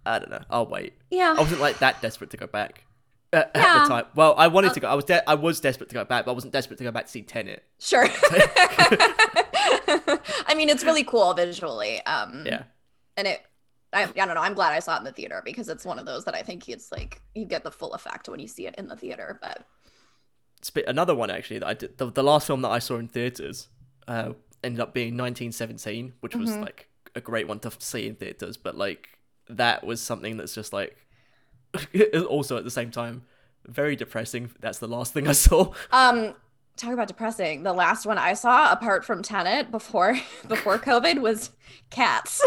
Speaker 1: I don't know. I'll wait.
Speaker 2: Yeah.
Speaker 1: I wasn't like that desperate to go back at, at
Speaker 2: Yeah.
Speaker 1: the time. Well, I wanted to go. I was de- I was desperate to go back, but I wasn't desperate to go back to see Tenet.
Speaker 2: Sure. I mean, it's really cool visually. Um,
Speaker 1: Yeah,
Speaker 2: And it, I, I don't know. I'm glad I saw it in the theater because it's one of those that I think it's like you get the full effect when you see it in the theater. But
Speaker 1: Sp- another one actually that I did. The, the last film that I saw in theaters uh, ended up being 1917, which was
Speaker 2: Mhm.
Speaker 1: like a great one to f- see in theaters. But like that was something that's just like [LAUGHS] also at the same time very depressing. That's the last thing I saw.
Speaker 2: um, talk about depressing. The last one I saw, apart from Tenet, before [LAUGHS] before COVID, was Cats.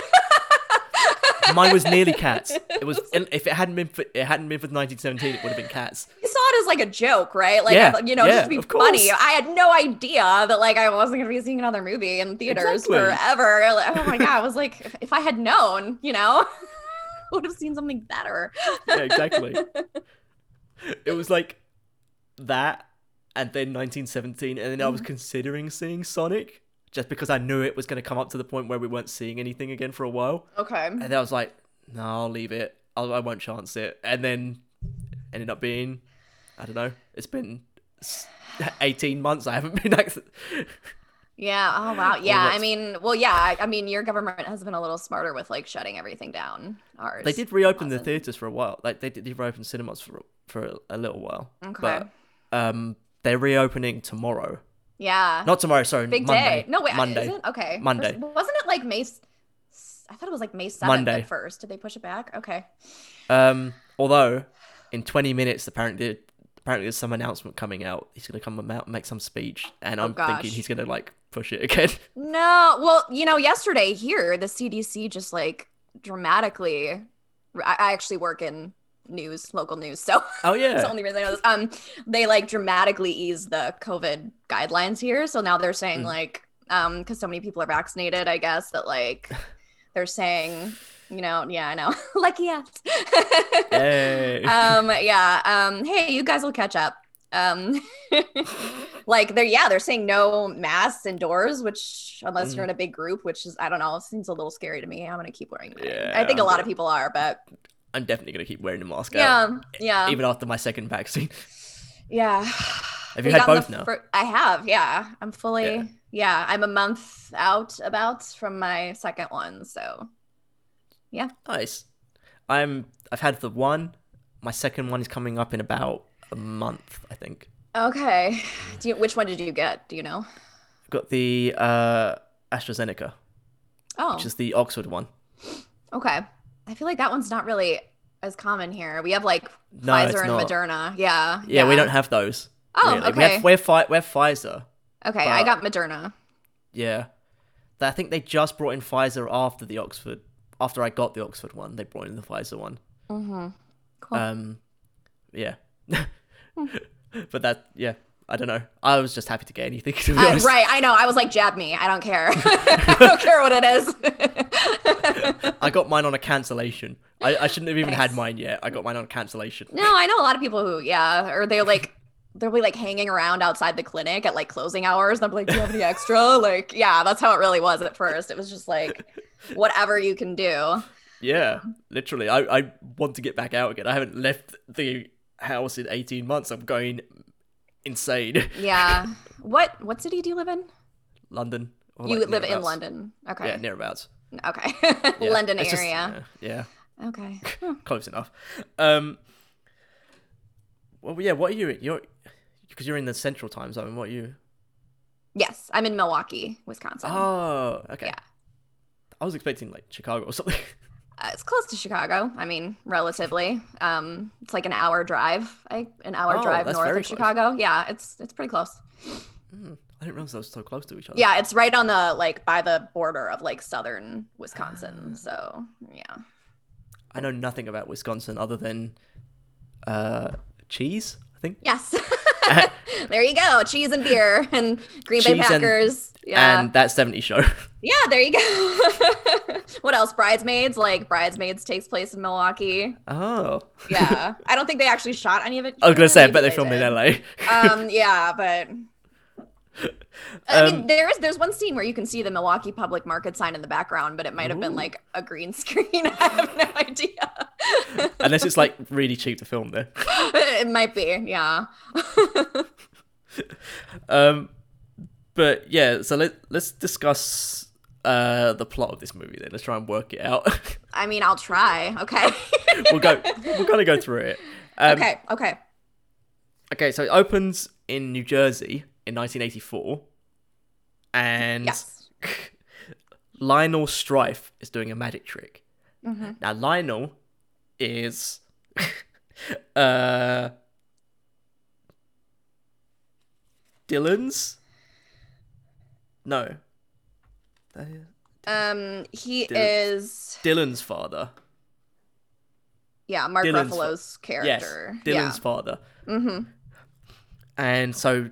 Speaker 1: Mine was nearly Cats. It was, and if it hadn't been for it hadn't been for 1917, it would have been Cats.
Speaker 2: You saw it as like a joke, right? Like,
Speaker 1: Yeah,
Speaker 2: you know,
Speaker 1: yeah,
Speaker 2: just to be
Speaker 1: of course.
Speaker 2: funny. I had no idea that like I wasn't gonna be seeing another movie in theaters
Speaker 1: Exactly.
Speaker 2: forever. Like, oh my god, I was like, if, if I had known, you know, [LAUGHS] would have seen something better.
Speaker 1: Yeah, exactly. it was like that, and then 1917, and then I was considering seeing Sonic just because I knew it was going to come up to the point where we weren't seeing anything again for a while,
Speaker 2: Okay.
Speaker 1: and then I was like, no, I'll leave it. I'll, I won't chance it. And then ended up being, I don't know. It's been s- 18 months. I haven't [LAUGHS] been. Like,
Speaker 2: Yeah. Oh wow. Yeah. I
Speaker 1: that's-
Speaker 2: mean, well, yeah. I, I mean, your government has been a little smarter with like shutting everything down. Ours.
Speaker 1: they did reopen the
Speaker 2: wasn't.
Speaker 1: theaters for a while. Like they did reopen cinemas for for a little while.
Speaker 2: Okay.
Speaker 1: But um, they're reopening tomorrow.
Speaker 2: yeah.
Speaker 1: Not tomorrow, sorry.
Speaker 2: Big
Speaker 1: Monday.
Speaker 2: day. No wait.
Speaker 1: Monday.
Speaker 2: Is it? Okay.
Speaker 1: Monday.
Speaker 2: First- wasn't it like May? s- I thought it was like May seventh
Speaker 1: Monday.
Speaker 2: at first. Did they push it back? Okay.
Speaker 1: Um, although, in 20 minutes, apparently, apparently there's some announcement coming out. He's going to come out and make some speech, and I'm thinking
Speaker 2: Oh, gosh.
Speaker 1: he's going to like push it again. [LAUGHS]
Speaker 2: No, well, you know, yesterday here, the CDC just like dramatically. I, I actually work in news, local news, so [LAUGHS]
Speaker 1: Oh
Speaker 2: it's the
Speaker 1: yeah,
Speaker 2: only reason I know this. Um, they like dramatically eased the COVID guidelines here, so now they're saying
Speaker 1: Mm. [LAUGHS]
Speaker 2: like, um, because so many people are vaccinated, I guess that like they're saying, you know, yeah, I know. [LAUGHS] Lucky us.
Speaker 1: [LAUGHS] Hey.
Speaker 2: um, yeah. Um, hey, you guys will catch up. Um, [LAUGHS] like they're yeah, they're saying no masks indoors, which unless
Speaker 1: Mm-hmm.
Speaker 2: you're in a big group, which is I don't know, seems a little scary to me. I'm gonna keep wearing. Mine.
Speaker 1: Yeah,
Speaker 2: I think a
Speaker 1: I'm
Speaker 2: lot of
Speaker 1: gonna-
Speaker 2: people are, but
Speaker 1: I'm definitely gonna keep wearing the mask out,
Speaker 2: yeah, yeah,
Speaker 1: even after my second vaccine. [LAUGHS]
Speaker 2: yeah.
Speaker 1: Have you had
Speaker 2: gotten the
Speaker 1: both now?
Speaker 2: fir- I have. Yeah, I'm fully.
Speaker 1: Yeah.
Speaker 2: Yeah. I'm a month out about from my second one, so
Speaker 1: Nice. I'm. I've had the one. My second one is coming up in about a month, I think.
Speaker 2: okay. Do you, which one did you get? Do you know?
Speaker 1: I've got the uh, AstraZeneca,
Speaker 2: Oh,
Speaker 1: which is the Oxford one.
Speaker 2: okay. I feel like that one's not really as common here. We have like
Speaker 1: No, it's
Speaker 2: Pfizer and
Speaker 1: not.
Speaker 2: Moderna. Yeah,
Speaker 1: Yeah, we don't have those.
Speaker 2: Oh,
Speaker 1: really. We have,
Speaker 2: okay.
Speaker 1: we have, Pfi- we have Pfizer.
Speaker 2: Okay, I
Speaker 1: but-
Speaker 2: got Moderna.
Speaker 1: Yeah. Th- I think they just brought in Pfizer after the Oxford. After I got the Oxford one, they brought in the Pfizer one.
Speaker 2: Mm-hmm. Cool. Hmm.
Speaker 1: Um, yeah. [LAUGHS] but that, yeah, I don't know. I was just happy to get anything. [LAUGHS] To [LAUGHS] be
Speaker 2: I-
Speaker 1: honest.
Speaker 2: Oh, Uh, right, I know. I was like, jab me. I don't care. [LAUGHS] I don't care what it is. [LAUGHS]
Speaker 1: I got mine on a cancellation. I, I shouldn't have even had
Speaker 2: Nice.
Speaker 1: mine yet. I got mine on a cancellation.
Speaker 2: no, I know a lot of people who, yeah, or they're like, they'll be like hanging around outside the clinic at like closing hours. And I'm like, do you have any extra? [LAUGHS] Like, yeah, that's how it really was at first. It was just like, whatever you can do.
Speaker 1: Yeah, literally. I, I want to get back out again. I haven't left the house in 18 months. I'm going insane. [LAUGHS]
Speaker 2: Yeah. What what city do you live in?
Speaker 1: London. or,
Speaker 2: you
Speaker 1: like,
Speaker 2: live in
Speaker 1: nearabouts.
Speaker 2: London.
Speaker 1: Yeah,
Speaker 2: Okay.
Speaker 1: nearabouts.
Speaker 2: Okay. [LAUGHS]
Speaker 1: Yeah,
Speaker 2: London
Speaker 1: it's just-
Speaker 2: area.
Speaker 1: yeah, yeah.
Speaker 2: Okay.
Speaker 1: [LAUGHS] close enough. Um, well, yeah. What are you? You're because you're in the central time zone. What are you?
Speaker 2: Yes, I'm in Milwaukee, Wisconsin.
Speaker 1: Oh, okay.
Speaker 2: Um, yeah.
Speaker 1: I was expecting like Chicago or [LAUGHS] something.
Speaker 2: Uh, it's close to Chicago. I mean, relatively. Um, it's like an hour drive. I, an hour
Speaker 1: Oh,
Speaker 2: drive
Speaker 1: that's
Speaker 2: north
Speaker 1: very
Speaker 2: of
Speaker 1: close.
Speaker 2: Chicago. Yeah, it's it's pretty close.
Speaker 1: Hmm, I didn't realize they were so close to each other.
Speaker 2: Yeah, it's right on the like by the border of like southern
Speaker 1: Ah.
Speaker 2: Wisconsin. So yeah.
Speaker 1: I know nothing about Wisconsin other than uh, cheese. I think. [LAUGHS]
Speaker 2: Yes. [LAUGHS] there you go. Cheese and beer and Green Bay
Speaker 1: Cheese and-
Speaker 2: Packers. yeah.
Speaker 1: And that 70
Speaker 2: [LAUGHS]
Speaker 1: show.
Speaker 2: yeah, there you go. [LAUGHS] what else? Bridesmaids, like Bridesmaids takes place in Milwaukee.
Speaker 1: oh. [LAUGHS]
Speaker 2: Yeah. I don't think they actually shot any of it.
Speaker 1: I was gonna say, I bet
Speaker 2: Maybe
Speaker 1: they filmed
Speaker 2: did.
Speaker 1: in LA.
Speaker 2: um yeah but I
Speaker 1: [LAUGHS] Um,
Speaker 2: mean, there is there's one scene where you can see the Milwaukee Public Market sign in the background, but it might have
Speaker 1: Ooh.
Speaker 2: been like a green [LAUGHS] screen. I have no idea.
Speaker 1: [LAUGHS]
Speaker 2: [LAUGHS]
Speaker 1: Unless it's like really cheap to film there.
Speaker 2: it might be, yeah. [LAUGHS]
Speaker 1: Um, but yeah, so let let's discuss uh the plot of this movie then. Let's try and work it out. [LAUGHS]
Speaker 2: I mean, I'll try. Okay.
Speaker 1: we'll
Speaker 2: [LAUGHS]
Speaker 1: go. We're gonna go through it. Um,
Speaker 2: okay. Okay.
Speaker 1: Okay. So it opens in New Jersey in 1984, and
Speaker 2: Yes.
Speaker 1: [LAUGHS] Lionel Strife is doing a magic trick.
Speaker 2: hmm
Speaker 1: Now Lionel is [LAUGHS] uh Dylan's No. That is-
Speaker 2: Um, he
Speaker 1: Dylan-
Speaker 2: is
Speaker 1: Dylan's father.
Speaker 2: yeah Mark
Speaker 1: Dylan's fa-
Speaker 2: Ruffalo's character.
Speaker 1: Yes. Dylan's father.
Speaker 2: yeah. hmm
Speaker 1: And so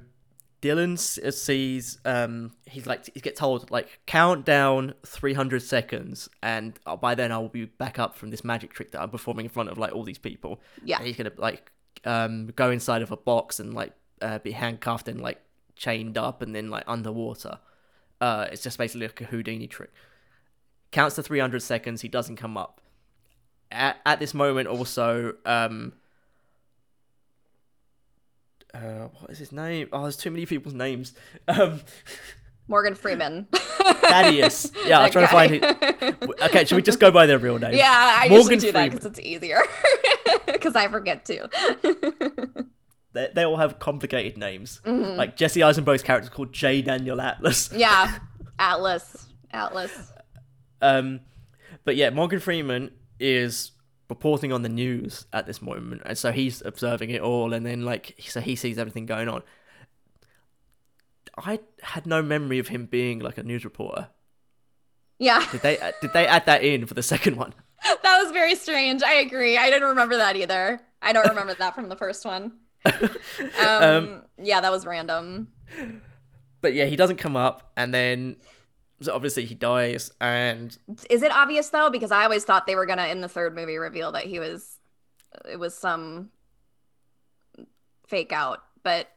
Speaker 1: Dylan s- uh, sees um he's like he gets told like count down 300 seconds and uh, by then I'll be back up from this magic trick that I'm performing in front of like all these people.
Speaker 2: Yeah.
Speaker 1: And he's gonna like um go inside of a box and like uh, be handcuffed and like chained up and then like underwater. Uh, it's just basically like a Houdini trick. Counts to 300 seconds. He doesn't come up. At, at this moment, also, um, uh, what is his name? Oh, there's too many people's names. [LAUGHS] Um,
Speaker 2: Morgan Freeman.
Speaker 1: Thaddeus. Yeah, I'm
Speaker 2: [LAUGHS] That
Speaker 1: trying to find it.
Speaker 2: guy. [LAUGHS]
Speaker 1: Okay, should we just go by their real name?
Speaker 2: Yeah, I
Speaker 1: Morgan
Speaker 2: usually do that because it's easier. [LAUGHS] Because I forget too. [LAUGHS]
Speaker 1: They, they all have complicated names.
Speaker 2: Mhm.
Speaker 1: Like Jesse Eisenberg's character is called J. Daniel Atlas.
Speaker 2: yeah, Atlas, Atlas.
Speaker 1: Um, but yeah, Morgan Freeman is reporting on the news at this moment, and so he's observing it all, and then like so he sees everything going on. I had no memory of him being like a news reporter.
Speaker 2: Yeah, [LAUGHS]
Speaker 1: Did they uh, did they add that in for the [LAUGHS] second one?
Speaker 2: that was very strange. I agree. I didn't remember that either. I don't remember that from the
Speaker 1: [LAUGHS]
Speaker 2: first one. Um,
Speaker 1: Um,
Speaker 2: yeah, that was random.
Speaker 1: But yeah, he doesn't come up, and then So obviously he dies, and [LAUGHS]
Speaker 2: Is it obvious though? Because I always thought they were gonna in the third movie reveal that he was it was some fake out, but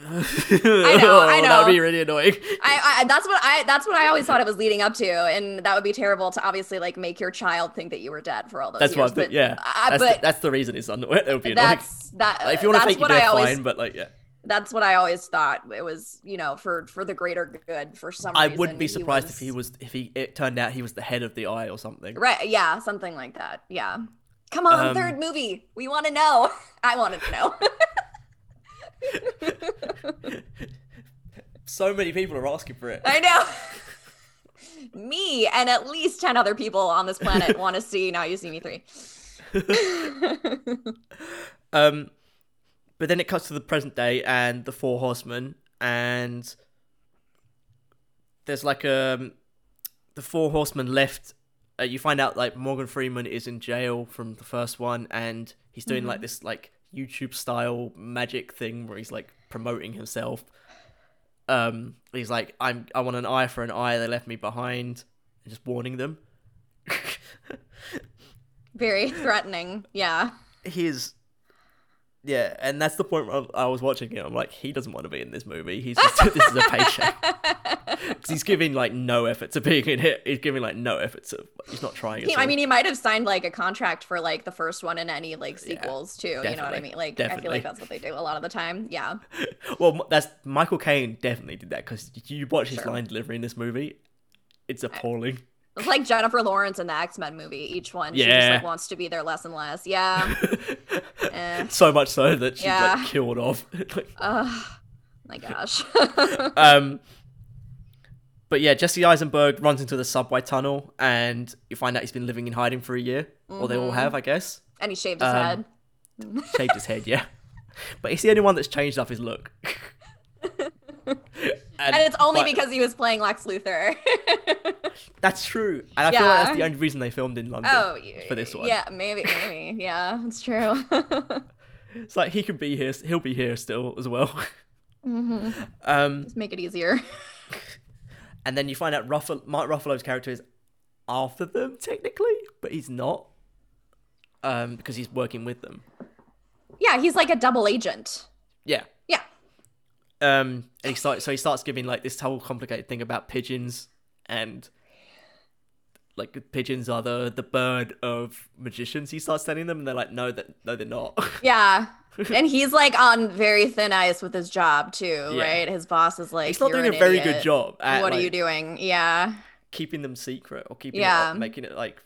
Speaker 1: I
Speaker 2: know, I
Speaker 1: that would be
Speaker 2: know.
Speaker 1: really annoying.
Speaker 2: I, I that's what I that's what I always thought it was leading up to, and that would be terrible to obviously like make your child think that you were dead for all those
Speaker 1: That's
Speaker 2: years.
Speaker 1: what, but
Speaker 2: but
Speaker 1: yeah,
Speaker 2: I-
Speaker 1: that's, the,
Speaker 2: Uh, but
Speaker 1: that's the reason it's [LAUGHS] underwear. That would be annoying.
Speaker 2: that's that.
Speaker 1: Like, if you want to
Speaker 2: that's
Speaker 1: fake your
Speaker 2: what I
Speaker 1: death,
Speaker 2: always
Speaker 1: fine, but like, yeah,
Speaker 2: that's what I always thought. It was you know for for the greater good for some.
Speaker 1: I
Speaker 2: reason,
Speaker 1: wouldn't be surprised if he was if he it turned out he was the head of the eye or something.
Speaker 2: right. Yeah, something like that. Yeah. Come on,
Speaker 1: Um,
Speaker 2: third movie. We want to know. [LAUGHS] I want to know. [LAUGHS]
Speaker 1: So many people are asking for it.
Speaker 2: I know. [LAUGHS] me and at least ten other people on this planet
Speaker 1: [LAUGHS]
Speaker 2: want to see Now You See Me three.
Speaker 1: Um, but then it cuts to the present day and the four horsemen, and there's like um, the four horsemen left. Uh, you find out like Morgan Freeman is in jail from the first one, and he's doing like this like YouTube style magic thing where he's like promoting himself. Um, he's like, I'm I want an eye for an eye. They left me behind, and just warning them. [LAUGHS]
Speaker 2: Very threatening. Yeah.
Speaker 1: he is yeah and that's the point where i was watching it i'm like he doesn't want to be in this movie he's just [LAUGHS] this is a
Speaker 2: [LAUGHS]
Speaker 1: paycheck because he's giving like no effort to being in it he's giving like no effort to he's not trying
Speaker 2: He,
Speaker 1: at
Speaker 2: I
Speaker 1: all.
Speaker 2: mean, he might have signed like a contract for like the first one and any like sequels too. You know what I
Speaker 1: definitely,
Speaker 2: mean? Like, I feel
Speaker 1: definitely.
Speaker 2: like that's what they do a lot of the time. Yeah.
Speaker 1: well m- that's michael caine definitely did that because you watch his
Speaker 2: Sure.
Speaker 1: line delivery in this movie it's appalling
Speaker 2: It's like Jennifer Lawrence in the X Men movie. Each one, she just
Speaker 1: Yeah.
Speaker 2: like wants to be there less and
Speaker 1: [LAUGHS]
Speaker 2: less. Yeah. Eh.
Speaker 1: so much so that she's
Speaker 2: Yeah.
Speaker 1: like killed off [LAUGHS]
Speaker 2: Ugh. My gosh. [LAUGHS]
Speaker 1: um but yeah jesse eisenberg runs into the subway tunnel and you find out he's been living in hiding for a year or they
Speaker 2: Mm-hmm.
Speaker 1: all have i guess
Speaker 2: and he shaved his
Speaker 1: Um,
Speaker 2: head.
Speaker 1: shaved his head, yeah. But he's the only one that's changed up his look.
Speaker 2: And it's only
Speaker 1: but
Speaker 2: because he was playing Lex
Speaker 1: [LAUGHS]
Speaker 2: Luthor.
Speaker 1: that's true, and I feel like that's the
Speaker 2: Yeah.
Speaker 1: only reason they filmed in London
Speaker 2: oh,
Speaker 1: for this one.
Speaker 2: Yeah, maybe, maybe. Yeah, it's true. [LAUGHS]
Speaker 1: It's like he could be here, he'll be here still as well. [LAUGHS]
Speaker 2: Mm-hmm.
Speaker 1: Um,
Speaker 2: Just make it easier.
Speaker 1: and then you find out Ruffalo, Mark Ruffalo's character is after them technically, but he's not, um, because he's working with them.
Speaker 2: Yeah, he's like a double agent.
Speaker 1: Yeah.
Speaker 2: Yeah.
Speaker 1: Um, and he starts, so he starts giving like this whole complicated thing about pigeons and like pigeons are the the bird of magicians. He starts telling them, and they're like, no, that no, they're
Speaker 2: [LAUGHS]
Speaker 1: not. [LAUGHS]
Speaker 2: Yeah. and he's like on very thin ice with his job too,
Speaker 1: Yeah.
Speaker 2: right? His boss is like,
Speaker 1: He's not
Speaker 2: "You're
Speaker 1: doing
Speaker 2: an
Speaker 1: a very
Speaker 2: idiot.
Speaker 1: good job at
Speaker 2: what are you
Speaker 1: like,
Speaker 2: doing? Yeah.
Speaker 1: keeping them secret or keeping it
Speaker 2: Yeah.
Speaker 1: up, making it like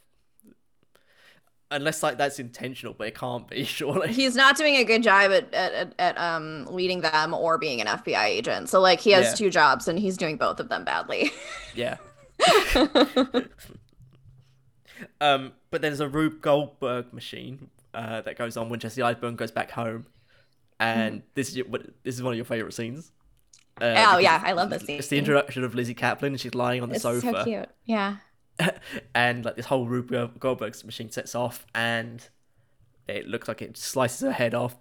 Speaker 1: unless like that's intentional, but it can't be [LAUGHS] surely.
Speaker 2: He's not doing a good job at, at, at, at um leading them or being an FBI agent. So like he has
Speaker 1: Yeah.
Speaker 2: two jobs and he's doing both of them badly.
Speaker 1: Yeah. um, but there's a Rube Goldberg machine uh, that goes on when Jesse Eisenberg goes back home, and this is your, what- this is one of your favorite scenes. Uh,
Speaker 2: oh
Speaker 1: because
Speaker 2: yeah, I love this.
Speaker 1: It's the
Speaker 2: scene.
Speaker 1: introduction of Lizzie Kaplan, and she's lying on [LAUGHS] the
Speaker 2: It's
Speaker 1: sofa,
Speaker 2: so cute. Yeah.
Speaker 1: and like this whole Rube Go- Goldberg's machine sets off, and it looks like it slices her head off,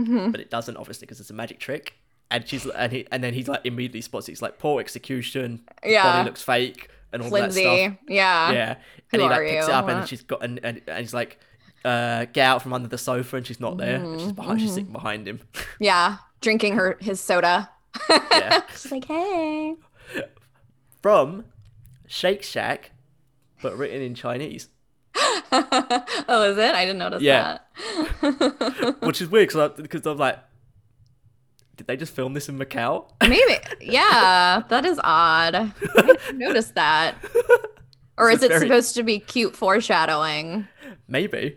Speaker 2: Mm-hmm.
Speaker 1: but it doesn't, obviously, because it's a magic trick. And she's and he and then he's like immediately spots it. It's like poor execution,
Speaker 2: Yeah.
Speaker 1: body looks fake, and all that stuff
Speaker 2: Flimsy. Yeah.
Speaker 1: yeah
Speaker 2: Who
Speaker 1: and he
Speaker 2: are
Speaker 1: like picks
Speaker 2: you?
Speaker 1: it up and
Speaker 2: What?
Speaker 1: she's got and, and, and he's like uh get out from under the sofa and she's not there and she's behind
Speaker 2: Mm-hmm.
Speaker 1: she's sitting behind him [LAUGHS]
Speaker 2: Yeah. Drinking her his soda.
Speaker 1: yeah
Speaker 2: She's like, hey.
Speaker 1: from shake shack but written in chinese
Speaker 2: oh, is it? I didn't notice
Speaker 1: Yeah.
Speaker 2: that. [LAUGHS]
Speaker 1: which is weird because I'm, 'cause I'm like did they just film this in macau [LAUGHS]
Speaker 2: Maybe. Yeah, that is odd. I didn't notice
Speaker 1: [LAUGHS]
Speaker 2: that. Or
Speaker 1: It's
Speaker 2: is it
Speaker 1: very-
Speaker 2: supposed to be cute foreshadowing?
Speaker 1: maybe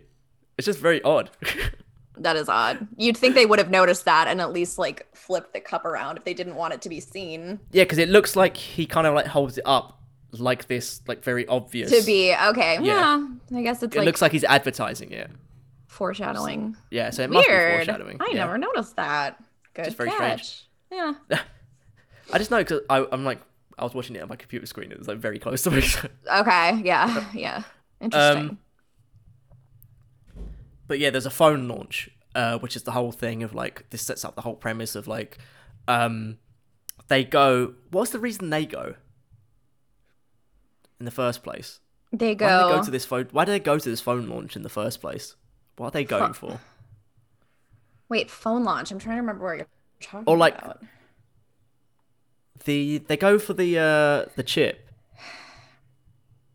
Speaker 1: it's just very odd [LAUGHS]
Speaker 2: That is odd. You'd think they would have noticed that and at least like flipped the cup around if they didn't want it to be seen.
Speaker 1: yeah because it looks like he kind of like holds it up like this like very obvious
Speaker 2: To be okay.
Speaker 1: Yeah.
Speaker 2: Yeah. I guess it's
Speaker 1: it
Speaker 2: like
Speaker 1: looks like he's advertising it
Speaker 2: foreshadowing.
Speaker 1: yeah so it must be
Speaker 2: Weird.
Speaker 1: foreshadowing
Speaker 2: I
Speaker 1: yeah.
Speaker 2: never noticed that. Good
Speaker 1: Just very
Speaker 2: catch. Yeah.
Speaker 1: i just know because i'm like i was watching it on my computer screen it was like very close to [LAUGHS] me so-
Speaker 2: Okay. Yeah. Yeah. Interesting.
Speaker 1: Um, but yeah, there's a phone launch, uh, which is the whole thing of like this sets up the whole premise of like um, they go. What's the reason they go? in the first place?
Speaker 2: They
Speaker 1: Why do
Speaker 2: go.
Speaker 1: they go to this phone? Why do they go to this phone launch in the first place? What are they going for?
Speaker 2: Wait, phone launch. I'm trying to remember where you're talking
Speaker 1: Or, Oh, like,
Speaker 2: about.
Speaker 1: The they go for the uh the chip,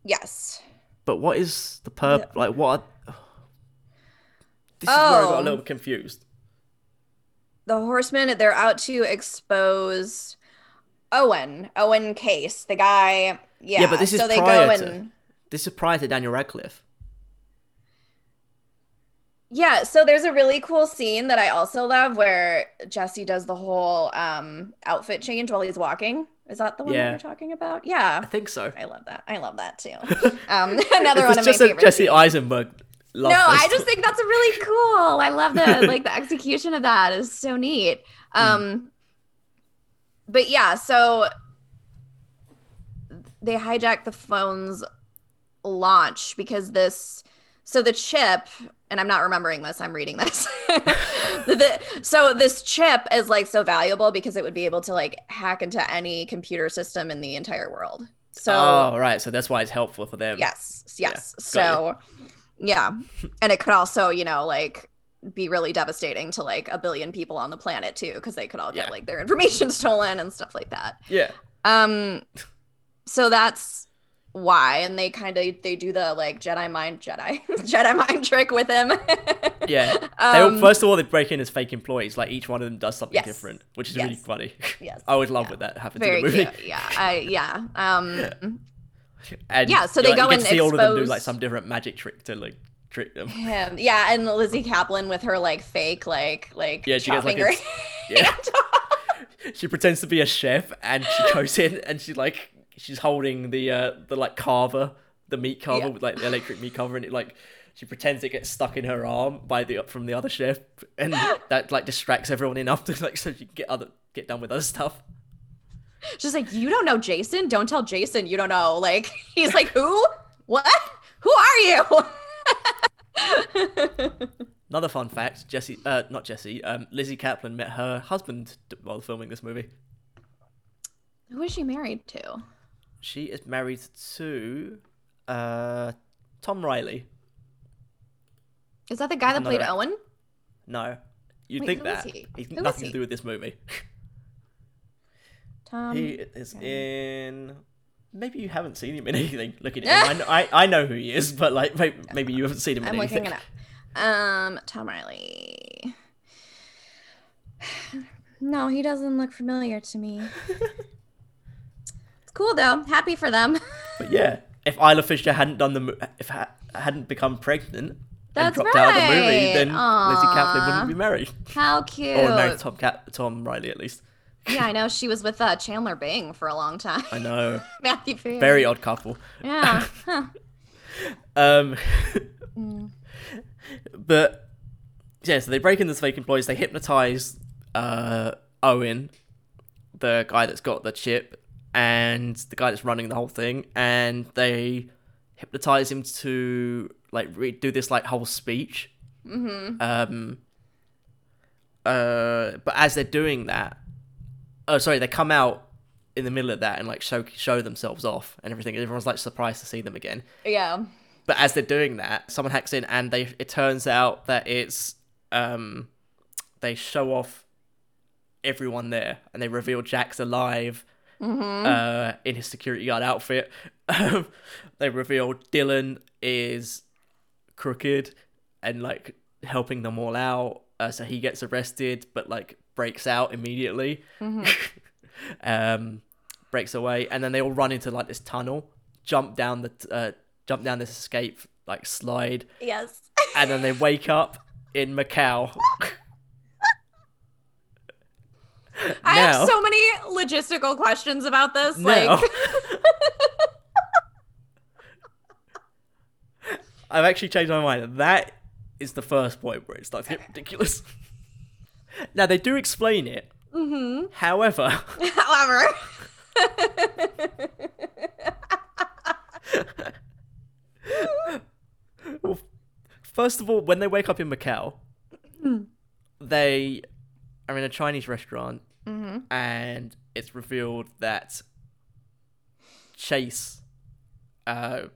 Speaker 2: Yes.
Speaker 1: but what is the purpose? Like what? Are... This is where I got
Speaker 2: Oh.
Speaker 1: a little confused.
Speaker 2: The horsemen, they're out to expose Owen. Owen Case, the guy. Yeah,
Speaker 1: but this is
Speaker 2: so they
Speaker 1: prior
Speaker 2: go
Speaker 1: to-
Speaker 2: and
Speaker 1: This is prior to Daniel Radcliffe.
Speaker 2: Yeah, so there's a really cool scene that I also love where Jesse does the whole um outfit change while he's walking. Is that the one that
Speaker 1: Yeah.
Speaker 2: you're talking about?
Speaker 1: I
Speaker 2: Yeah.
Speaker 1: think so.
Speaker 2: I love that. I love
Speaker 1: [LAUGHS]
Speaker 2: that too. Um [LAUGHS] another
Speaker 1: If it's
Speaker 2: one of my
Speaker 1: just a
Speaker 2: favorite.
Speaker 1: Jesse Eisenberg. Love
Speaker 2: no, I
Speaker 1: fest.
Speaker 2: just think that's really cool. I
Speaker 1: [LAUGHS]
Speaker 2: love the like the execution of that is so neat.
Speaker 1: Hmm.
Speaker 2: Um but yeah, so they hijack the phone's launch because this so the chip and I'm not remembering this, I'm reading this. [LAUGHS] The- so this chip is like so valuable because it would be able to like hack into any computer system in the entire world. So
Speaker 1: oh right, so that's why it's helpful for them.
Speaker 2: Yes,
Speaker 1: Yeah,
Speaker 2: yes. so,
Speaker 1: got
Speaker 2: yeah, and it could also, you know, like be really devastating to like a billion people on the planet too, because they could all get
Speaker 1: Yeah.
Speaker 2: like their information [LAUGHS] stolen and stuff like that.
Speaker 1: Yeah.
Speaker 2: Um, so that's why, and they kind of they do the like Jedi mind Jedi [LAUGHS] Jedi mind trick with him.
Speaker 1: [LAUGHS]
Speaker 2: [LAUGHS]
Speaker 1: Yeah. They all,
Speaker 2: um,
Speaker 1: first of all, they break in as fake employees. Like each one of them does something
Speaker 2: Yes.
Speaker 1: different, which is really
Speaker 2: Yes.
Speaker 1: funny. [LAUGHS]
Speaker 2: yes,
Speaker 1: I always love
Speaker 2: Yeah.
Speaker 1: when that happens
Speaker 2: very
Speaker 1: in a movie.
Speaker 2: cute. Yeah, I, yeah. Um,
Speaker 1: Yeah. [LAUGHS] And
Speaker 2: Yeah, so
Speaker 1: you,
Speaker 2: they
Speaker 1: like,
Speaker 2: go
Speaker 1: you get
Speaker 2: and
Speaker 1: to see all of them do
Speaker 2: expose-
Speaker 1: like some different magic trick to like trick
Speaker 2: [LAUGHS]
Speaker 1: them.
Speaker 2: him, yeah, and Lizzie Kaplan with her like fake like like
Speaker 1: Yeah, she gets, like,
Speaker 2: chopping her
Speaker 1: a- [LAUGHS] Yeah. she pretends to be a chef, and
Speaker 2: [LAUGHS]
Speaker 1: she goes in and she like she's holding the uh the like carver, the meat carver
Speaker 2: Yeah.
Speaker 1: with like the electric meat carver, and it like. She pretends it gets stuck in her arm by the from the other chef,
Speaker 2: [LAUGHS]
Speaker 1: and that like distracts everyone enough to like so she can get other get done with other stuff.
Speaker 2: She's like, you don't know Jason. Don't tell Jason you don't know. Like [LAUGHS] he's like, who? What? Who are you?
Speaker 1: Another fun fact: Jesse, uh, not Jesse, um, Lizzie Kaplan met her husband d- while filming this movie.
Speaker 2: [LAUGHS] Who is she married to?
Speaker 1: She is married to uh, Tom Riley.
Speaker 2: Is that the guy that played
Speaker 1: Another-
Speaker 2: Owen?
Speaker 1: No, you'd
Speaker 2: Wait,
Speaker 1: think
Speaker 2: who is
Speaker 1: that
Speaker 2: he?
Speaker 1: he's
Speaker 2: Who is
Speaker 1: nothing
Speaker 2: he?
Speaker 1: to do with this movie. [LAUGHS]
Speaker 2: Tom.
Speaker 1: he is
Speaker 2: yeah.
Speaker 1: in. Maybe you haven't seen him in [LAUGHS] anything. Look
Speaker 2: [LAUGHS]
Speaker 1: at him. I, kn- I I know who he is, but like maybe, maybe you haven't seen him in
Speaker 2: I'm
Speaker 1: anything.
Speaker 2: looking
Speaker 1: [LAUGHS]
Speaker 2: it up. Um, Tom Riley. [SIGHS] No, he doesn't look familiar to
Speaker 1: [LAUGHS]
Speaker 2: me. it's cool though. Happy for them. [LAUGHS]
Speaker 1: But yeah, if Isla Fisher hadn't done the mo- if ha- hadn't become pregnant and
Speaker 2: That's
Speaker 1: dropped out of the movie,
Speaker 2: right.
Speaker 1: then Lizzie Kaplan
Speaker 2: Aw.
Speaker 1: wouldn't be married Oh,
Speaker 2: How cute.
Speaker 1: or married to Tom Cap- Tom Riley at least.
Speaker 2: yeah, I know she was with uh, Chandler Bing for a long time.
Speaker 1: I know.
Speaker 2: [LAUGHS] Matthew Perry.
Speaker 1: Very odd couple. [LAUGHS]
Speaker 2: Yeah. Huh.
Speaker 1: Um,
Speaker 2: Mm.
Speaker 1: [LAUGHS] but yeah, so they break in this fake employees. They hypnotize uh, Owen, the guy that's got the chip, and the guy that's running the whole thing, and they hypnotize him to like re- do this like whole speech. Mm-hmm. Um, uh, but as they're doing that, oh sorry, they come out in the middle of that and like show show themselves off and everything. Everyone's like surprised to see them again.
Speaker 2: Yeah.
Speaker 1: But as they're doing that, someone hacks in, and they it turns out that it's um they show off everyone there, and they reveal Jack's alive uh, in his security guard outfit. [LAUGHS] they reveal Dylan is crooked and like helping them all out, uh, so he gets arrested, but like breaks out immediately. [LAUGHS] um, breaks away, and then they all run into like this tunnel, jump down the t- uh, jump down this escape like slide,
Speaker 2: Yes. [LAUGHS]
Speaker 1: and then they wake up in Macau. [LAUGHS]
Speaker 2: I
Speaker 1: Now-
Speaker 2: have so many logistical questions about this.
Speaker 1: now,
Speaker 2: [LAUGHS] Like,
Speaker 1: I've actually changed my mind. That is the first point where it starts to get ridiculous. [LAUGHS] now they do explain it.
Speaker 2: hmm
Speaker 1: However, [LAUGHS]
Speaker 2: [LAUGHS] however,
Speaker 1: First of all, when they wake up in Macau, they are in a Chinese restaurant, and it's revealed that Chase, uh, uh,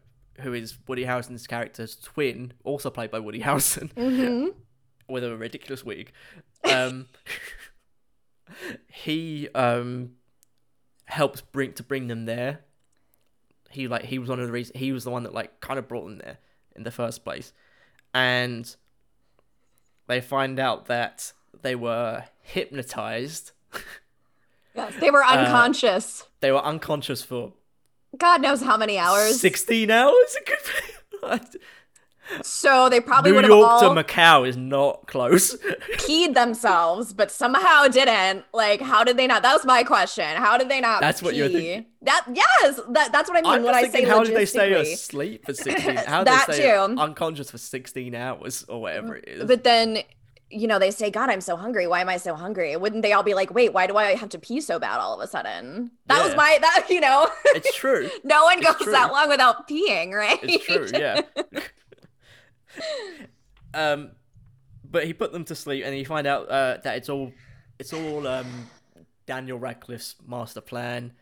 Speaker 1: who is Woody Harrelson's character's twin, also played by Woody Harrelson, Mm-hmm.
Speaker 2: hmm
Speaker 1: with a ridiculous wig. Um, [LAUGHS] he um, helped bring to bring them there. He like he was one of the reasons he was the one that like kind of brought them there in the first place, and they find out that they were hypnotized.
Speaker 2: Yes, they were
Speaker 1: Uh,
Speaker 2: unconscious.
Speaker 1: They were unconscious for
Speaker 2: God knows how many hours.
Speaker 1: sixteen hours. [LAUGHS] It could be.
Speaker 2: So they probably
Speaker 1: New
Speaker 2: would
Speaker 1: York
Speaker 2: have all
Speaker 1: to Macau is not close.
Speaker 2: peed themselves, but somehow didn't. Like, how did they not? That was my question. How did they not?
Speaker 1: That's what you're
Speaker 2: pee?
Speaker 1: thinking.
Speaker 2: That yes, that, that's what I mean
Speaker 1: I'm
Speaker 2: when
Speaker 1: just
Speaker 2: I say
Speaker 1: thinking, how did they stay
Speaker 2: logistically.
Speaker 1: asleep for
Speaker 2: [LAUGHS]
Speaker 1: 16? How did
Speaker 2: That
Speaker 1: they stay
Speaker 2: too.
Speaker 1: unconscious for 16 hours or whatever it is?
Speaker 2: But then, you know, they say, God, I'm so hungry. Why am I so hungry? Wouldn't they all be like, wait, why do I have to pee so bad all of a sudden? That was
Speaker 1: Yeah.
Speaker 2: my, that, [LAUGHS] you know,
Speaker 1: it's true.
Speaker 2: no one
Speaker 1: It's
Speaker 2: goes
Speaker 1: true.
Speaker 2: that long without peeing, right? [LAUGHS]
Speaker 1: It's true. Yeah. um, but he put them to sleep, and you find out uh, that it's all it's all um, Daniel Radcliffe's master plan,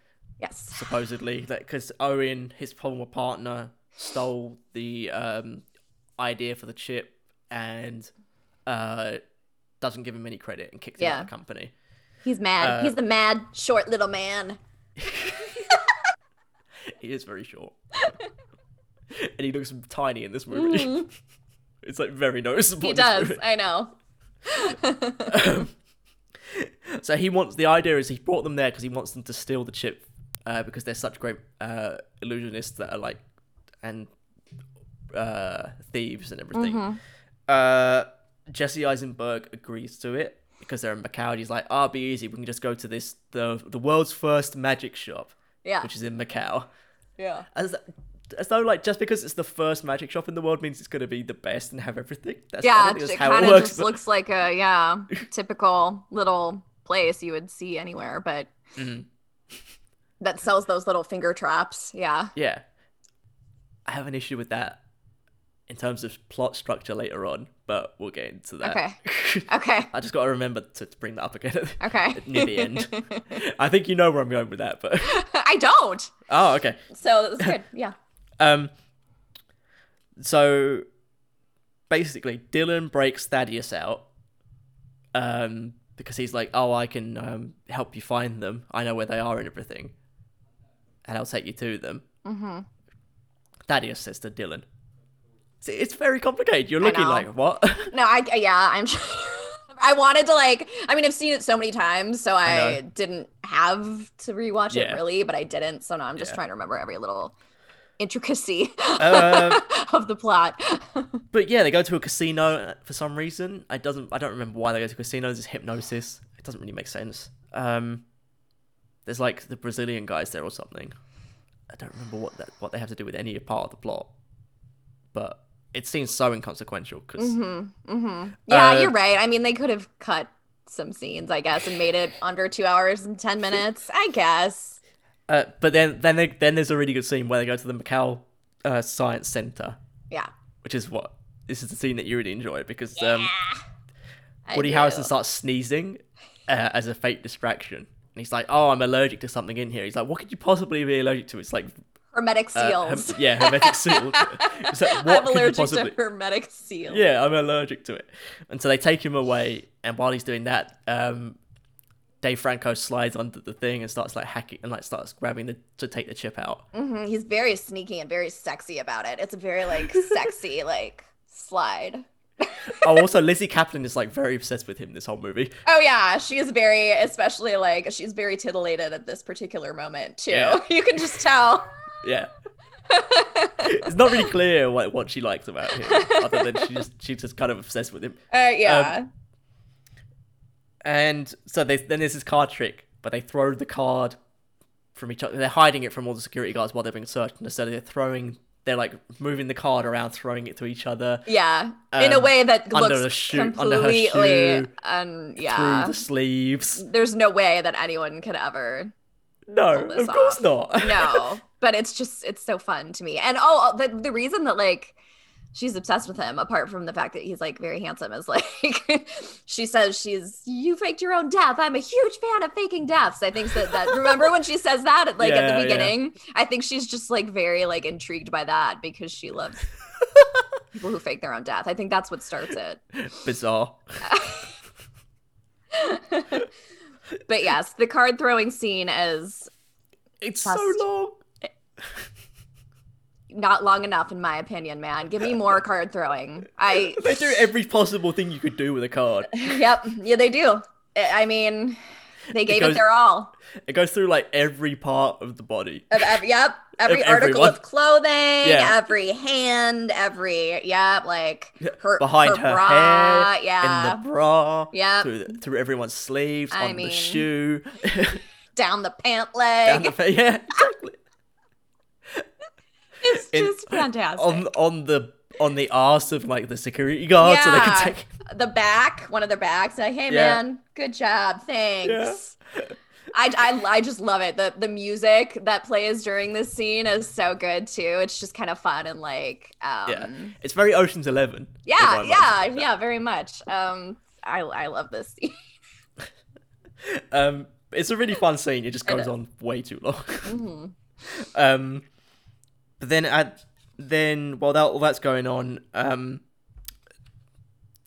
Speaker 2: yes.
Speaker 1: supposedly. That because Owen, his former partner, stole the um, idea for the chip and uh, doesn't give him any credit and kicked him out
Speaker 2: Yeah.
Speaker 1: of the company.
Speaker 2: He's mad.
Speaker 1: Uh,
Speaker 2: He's the mad, short little man.
Speaker 1: He is very short. and he looks tiny in this movie. [LAUGHS] it's like very noticeable.
Speaker 2: Mm. He
Speaker 1: in this
Speaker 2: does. [LAUGHS]
Speaker 1: movie.
Speaker 2: I know.
Speaker 1: So he wants the idea is he brought them there because he wants them to steal the chip uh, because they're such great uh, illusionists that are like and uh, thieves and everything.
Speaker 2: Mm-hmm.
Speaker 1: Uh, Jesse Eisenberg agrees to it because they're in Macau. And he's like, "I'll be easy. We can just go to this the the world's first magic shop,
Speaker 2: Yeah.
Speaker 1: which is in Macau."
Speaker 2: Yeah.
Speaker 1: as as though like just because it's the first magic shop in the world means it's going to be the best and have everything. That's, I don't
Speaker 2: Yeah.
Speaker 1: think
Speaker 2: It,
Speaker 1: that's how
Speaker 2: kind
Speaker 1: it
Speaker 2: of
Speaker 1: works.
Speaker 2: just
Speaker 1: but-
Speaker 2: looks like a, yeah,
Speaker 1: [LAUGHS]
Speaker 2: typical little place you would see anywhere, but
Speaker 1: Mhm.
Speaker 2: that sells those little finger traps. Yeah.
Speaker 1: yeah, I have an issue with that in terms of plot structure later on, but we'll get into that. [LAUGHS] Okay.
Speaker 2: Okay. [LAUGHS]
Speaker 1: I just got to remember to, to bring that up again at-
Speaker 2: Okay.
Speaker 1: near the
Speaker 2: [LAUGHS]
Speaker 1: end. I think you know where I'm going with that, but
Speaker 2: I don't.
Speaker 1: oh, okay.
Speaker 2: So
Speaker 1: [LAUGHS]
Speaker 2: that's good. Yeah.
Speaker 1: Um, so basically, Dylan breaks Thaddeus out um, because he's like, "Oh, I can um, help you find them. I know where they are and everything, and I'll take you to them."
Speaker 2: hmm
Speaker 1: Thaddeus says to Dylan, See, "It's very complicated. You're looking
Speaker 2: know.
Speaker 1: like what?" [LAUGHS]
Speaker 2: No, I yeah, I'm. [LAUGHS] I wanted to like. I mean, I've seen it so many times, so
Speaker 1: know.
Speaker 2: I, didn't have to rewatch
Speaker 1: Yeah.
Speaker 2: it really, but I didn't. So now I'm just
Speaker 1: Yeah.
Speaker 2: trying to remember every little intricacy [LAUGHS]
Speaker 1: Um,
Speaker 2: of the plot. [LAUGHS]
Speaker 1: but yeah, they go to a casino uh, for some reason. I doesn't. I don't remember why they go to casinos. It's hypnosis. It doesn't really make sense. Um, there's like the Brazilian guys there or something. I don't remember what that what they have to do with any part of the plot, but it seems so inconsequential because
Speaker 2: hmm hmm Yeah,
Speaker 1: Uh,
Speaker 2: you're right. I mean, they could have cut some scenes, I guess, and made it under two hours and ten minutes. I guess.
Speaker 1: Uh, but then then they, then there's a really good scene where they go to the Macau uh, Science Center,
Speaker 2: Yeah.
Speaker 1: which is what this is the scene that you really enjoy because um,
Speaker 2: Ah, I
Speaker 1: Woody
Speaker 2: do.
Speaker 1: Harrison starts sneezing uh, as a fake distraction. And he's like, "Oh, I'm allergic to something in here." He's like, "What could you possibly be allergic to?" It's like,
Speaker 2: Hermetic
Speaker 1: uh, hem-
Speaker 2: seals.
Speaker 1: [LAUGHS] yeah, hermetic
Speaker 2: [LAUGHS]
Speaker 1: seal. It's like, what
Speaker 2: I'm
Speaker 1: could you
Speaker 2: allergic
Speaker 1: possibly?
Speaker 2: to hermetic seals.
Speaker 1: Yeah, I'm allergic to it. And so they take him away. And while he's doing that, um, Dave Franco slides under the thing and starts like hacking and like starts grabbing the to take the chip
Speaker 2: [LAUGHS]
Speaker 1: out.
Speaker 2: hmm He's very sneaky and very sexy about it. It's a very like sexy like slide.
Speaker 1: oh, also Lizzie Kaplan is like very obsessed with him this whole movie.
Speaker 2: Oh yeah, she is very especially like she's very titillated at this particular moment too.
Speaker 1: Yeah.
Speaker 2: [LAUGHS] You can just tell.
Speaker 1: Yeah. [LAUGHS] it's not really clear what, what she likes about him, other than she just she's just kind of obsessed with him.
Speaker 2: Uh, yeah.
Speaker 1: Um, And so they, then there's this card trick, but they throw the card from each other. They're hiding it from all the security guards while they're being searched. And so they're throwing, they're like moving the card around, throwing it to each other
Speaker 2: yeah. In a
Speaker 1: um,
Speaker 2: way that
Speaker 1: under
Speaker 2: looks
Speaker 1: the shoe- under her
Speaker 2: completely
Speaker 1: shoe,
Speaker 2: and
Speaker 1: through
Speaker 2: yeah.
Speaker 1: the sleeves.
Speaker 2: There's no way that anyone could ever
Speaker 1: No,
Speaker 2: Pull this
Speaker 1: of course
Speaker 2: off.
Speaker 1: not. [LAUGHS]
Speaker 2: no but it's just it's so fun to me and oh the, the reason that like she's obsessed with him apart from the fact that he's like very handsome is like [LAUGHS] she says she's you faked your own death i'm a huge fan of faking deaths i think that that remember when she says that at, like at
Speaker 1: Yeah, yeah.
Speaker 2: the beginning i think she's just like very like intrigued by that because she
Speaker 1: [LAUGHS]
Speaker 2: loves people who fake their own death i think that's what starts it
Speaker 1: Bizarre.
Speaker 2: but yes the card throwing scene is
Speaker 1: It's
Speaker 2: Fast.
Speaker 1: so long.
Speaker 2: not long enough in my opinion man give me more card throwing i
Speaker 1: They do every possible thing you could do with a card.
Speaker 2: yep yeah they do i I mean they gave it
Speaker 1: goes-
Speaker 2: their all
Speaker 1: It goes through like every part of the body.
Speaker 2: Of ev- yep. Every
Speaker 1: Of
Speaker 2: article
Speaker 1: everyone.
Speaker 2: of clothing,
Speaker 1: Yeah.
Speaker 2: every hand, every yep, like her
Speaker 1: Behind her,
Speaker 2: bra,
Speaker 1: hair,
Speaker 2: yeah,
Speaker 1: in the bra,
Speaker 2: Yep.
Speaker 1: through, the, through everyone's sleeves,
Speaker 2: I
Speaker 1: on
Speaker 2: mean,
Speaker 1: the
Speaker 2: [LAUGHS]
Speaker 1: shoe, [LAUGHS]
Speaker 2: down the pant
Speaker 1: down
Speaker 2: leg.
Speaker 1: the fa- yeah, exactly.
Speaker 2: [LAUGHS] it's
Speaker 1: in-
Speaker 2: just
Speaker 1: [LAUGHS]
Speaker 2: fantastic.
Speaker 1: on on the on the arse of like the security guard, so they
Speaker 2: Yeah.
Speaker 1: can take.
Speaker 2: the back, one of their backs, like, hey
Speaker 1: Yeah.
Speaker 2: man, good job,
Speaker 1: [LAUGHS]
Speaker 2: thanks. I, I, I just love it. The the music that plays during this scene is so good too. It's just kind of fun and like um,
Speaker 1: Yeah, it's very Ocean's Eleven. in my
Speaker 2: yeah,
Speaker 1: mind.
Speaker 2: yeah, yeah, very much. Um, I I love this [LAUGHS] scene.
Speaker 1: Um, it's a really fun scene. It just
Speaker 2: It
Speaker 1: goes
Speaker 2: is.
Speaker 1: on way too long.
Speaker 2: Mhm.
Speaker 1: [LAUGHS] Um, but then at then while that all that's going on, um,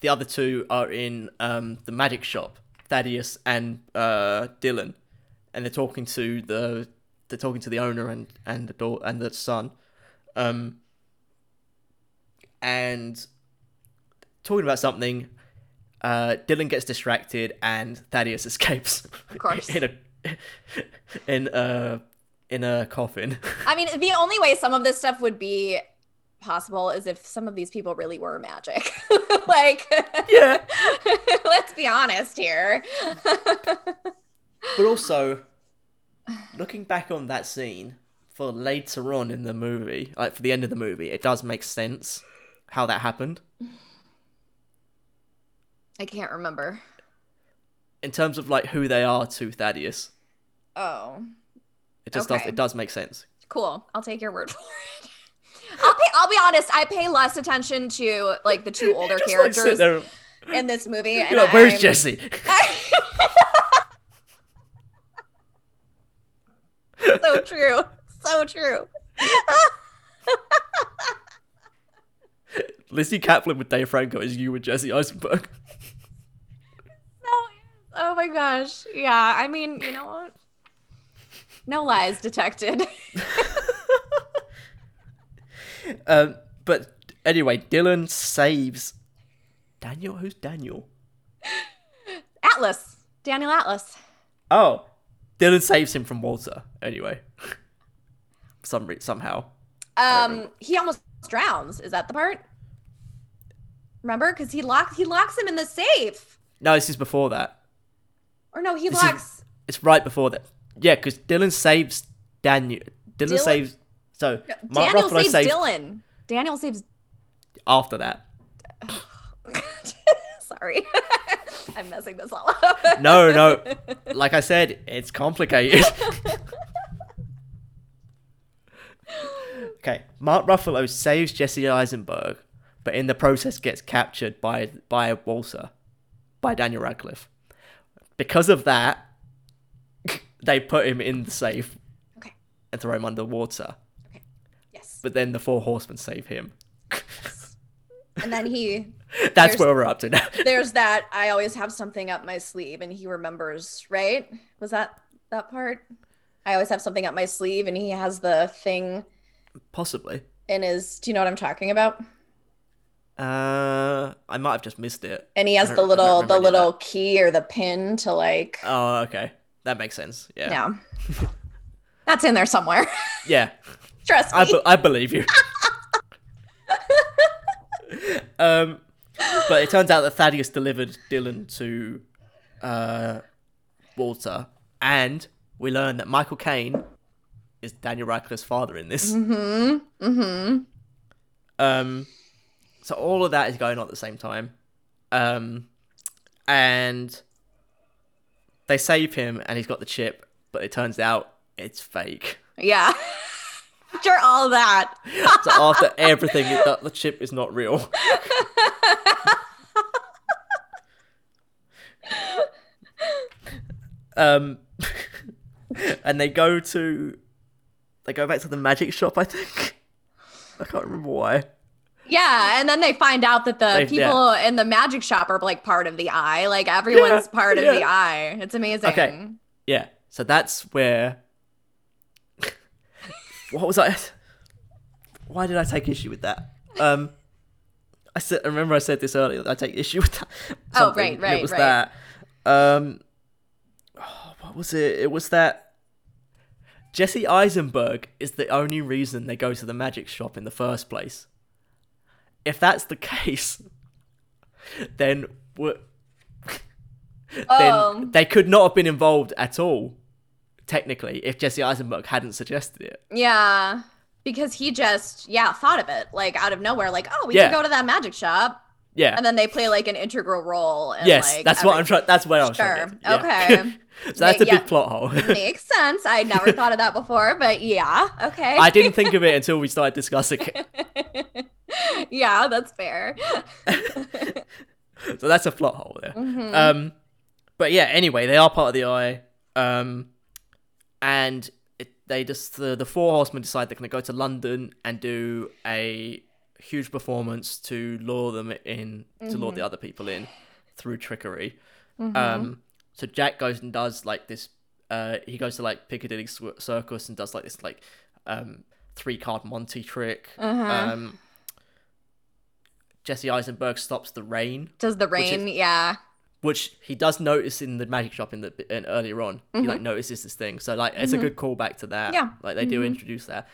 Speaker 1: the other two are in um the magic shop, Thaddeus and uh Dylan, and they're talking to the they're talking to the owner and and the daughter and the son, um, and talking about something. Uh, Dylan gets distracted and Thaddeus [LAUGHS] escapes. Of
Speaker 2: course.
Speaker 1: [LAUGHS] in a in a in a coffin. [LAUGHS]
Speaker 2: I mean, the only way some of this stuff would be possible is if some of these people really were magic. [LAUGHS] like,
Speaker 1: yeah.
Speaker 2: let's be honest here.
Speaker 1: But also, looking back on that scene for later on in the movie, like for the end of the movie, it does make sense how that happened
Speaker 2: I can't remember.
Speaker 1: in terms of like who they are to Thaddeus.
Speaker 2: Oh,
Speaker 1: It just
Speaker 2: Okay.
Speaker 1: does. It does make sense.
Speaker 2: cool. I'll take your word [LAUGHS] for it. I'll, pay, I'll be honest. I pay less attention to like
Speaker 1: [LAUGHS]
Speaker 2: the two older
Speaker 1: Just, like, sit
Speaker 2: characters
Speaker 1: there and-
Speaker 2: in
Speaker 1: [LAUGHS]
Speaker 2: this movie.
Speaker 1: you're like, where's
Speaker 2: I'm-
Speaker 1: Jesse? [LAUGHS]
Speaker 2: [LAUGHS] so true. So true.
Speaker 1: Lizzie Kaplan with Dave Franco is you with Jesse Eisenberg. [LAUGHS]
Speaker 2: No, oh my gosh. Yeah. I mean, you know what? No lies detected. [LAUGHS]
Speaker 1: Um, but anyway, Dylan saves Daniel. Who's Daniel?
Speaker 2: Atlas. Daniel Atlas.
Speaker 1: Oh, Dylan saves him from Walter. Anyway, [LAUGHS] some re- somehow.
Speaker 2: Um, he almost drowns. Is that the part? Remember? Because he locks he locks him in the safe.
Speaker 1: No, this is before that.
Speaker 2: Or no, he
Speaker 1: This is-
Speaker 2: locks
Speaker 1: It's right before that. Yeah, because Dylan saves Daniel. Dylan,
Speaker 2: Dylan-
Speaker 1: saves. So Mark
Speaker 2: Daniel
Speaker 1: Ruffalo
Speaker 2: saves,
Speaker 1: saves,
Speaker 2: Dylan. Daniel saves [LAUGHS]
Speaker 1: after that.
Speaker 2: Sorry. [LAUGHS] I'm messing this all up. [LAUGHS]
Speaker 1: No, no. like I said, it's complicated. okay, Mark Ruffalo saves Jesse Eisenberg, but in the process gets captured by by Walter, by Daniel Radcliffe. Because of that, [LAUGHS] they put him in the safe
Speaker 2: Okay.
Speaker 1: and throw him underwater.
Speaker 2: Yes.
Speaker 1: But then the four horsemen save him.
Speaker 2: And then he
Speaker 1: That's
Speaker 2: There's-
Speaker 1: where we're up to now. [LAUGHS]
Speaker 2: there's that I always have something up my sleeve and he remembers, right? Was that that part? I always have something up my sleeve and he has the thing
Speaker 1: Possibly.
Speaker 2: in his do you know what I'm talking about?
Speaker 1: Uh, I might have just missed it.
Speaker 2: and he has
Speaker 1: I
Speaker 2: the
Speaker 1: don't- I don't
Speaker 2: little
Speaker 1: remember
Speaker 2: the
Speaker 1: any of
Speaker 2: little key or the pin to like
Speaker 1: Oh, okay. That makes sense. Yeah.
Speaker 2: yeah that's in there somewhere [LAUGHS]
Speaker 1: Yeah.
Speaker 2: trust me
Speaker 1: I, be- I believe you. um, but it turns out that Thaddeus delivered Dylan to uh, Walter, and we learn that Michael Caine is Daniel Radcliffe's father in this.
Speaker 2: mm-hmm mm-hmm
Speaker 1: Um, so all of that is going on at the same time. Um, and they save him, and he's got the chip, but it turns out it's fake.
Speaker 2: yeah after all that.
Speaker 1: So after everything, it- that the chip is not real. um, [LAUGHS] and they go to, they go back to the magic shop. I think. I can't remember why.
Speaker 2: Yeah, and then they find out that the
Speaker 1: They-
Speaker 2: people in the magic shop are like part of the eye. Like
Speaker 1: [LAUGHS]
Speaker 2: everyone's
Speaker 1: Yeah,
Speaker 2: part of
Speaker 1: yeah.
Speaker 2: the eye. It's amazing.
Speaker 1: Okay. Yeah. So that's where. [LAUGHS] what was I? Why did I take issue with that? Um, I said. I remember I said this earlier. that I take issue with that.
Speaker 2: [LAUGHS] Oh,
Speaker 1: something,
Speaker 2: right,
Speaker 1: and
Speaker 2: right,
Speaker 1: It was
Speaker 2: right.
Speaker 1: that. Um, oh, what was it? It was that. Jesse Eisenberg is the only reason they go to the magic shop in the first place. If that's the [LAUGHS] case, then we're,
Speaker 2: Oh,
Speaker 1: then they could not have been involved at all, technically, if Jesse Eisenberg hadn't suggested it.
Speaker 2: yeah. Because he just, yeah, thought of it like out of nowhere, like, oh, we
Speaker 1: Yeah.
Speaker 2: can go to that magic shop.
Speaker 1: Yeah.
Speaker 2: And then they play like an integral role. In,
Speaker 1: yes,
Speaker 2: like,
Speaker 1: that's what I'm
Speaker 2: everything.
Speaker 1: trying. That's where I'm
Speaker 2: Sure.
Speaker 1: trying. to get, yeah.
Speaker 2: Okay.
Speaker 1: [LAUGHS] so that's a
Speaker 2: Yeah.
Speaker 1: big plot hole.
Speaker 2: Makes sense. I never thought of that before, but yeah, okay.
Speaker 1: [LAUGHS] I didn't think of it until we started discussing it.
Speaker 2: [LAUGHS] yeah, that's fair.
Speaker 1: [LAUGHS] So that's a plot hole there. Um, but yeah. Anyway, they are part of the Eye, um, and it, they just the, the four horsemen decide they're going to go to London and do a huge performance to lure them in, to lure the other people in through trickery. Um, so Jack goes and does like this. Uh, he goes to like Piccadilly Cir- Circus and does like this like um, three card Monty trick. Um, Jesse Eisenberg stops the rain,
Speaker 2: Does the rain? yeah.
Speaker 1: which he does notice in the magic shop in the in, earlier on. He like notices this thing, so like it's a good callback to that.
Speaker 2: Mm-hmm. Yeah. Mm-hmm.
Speaker 1: like they do introduce that.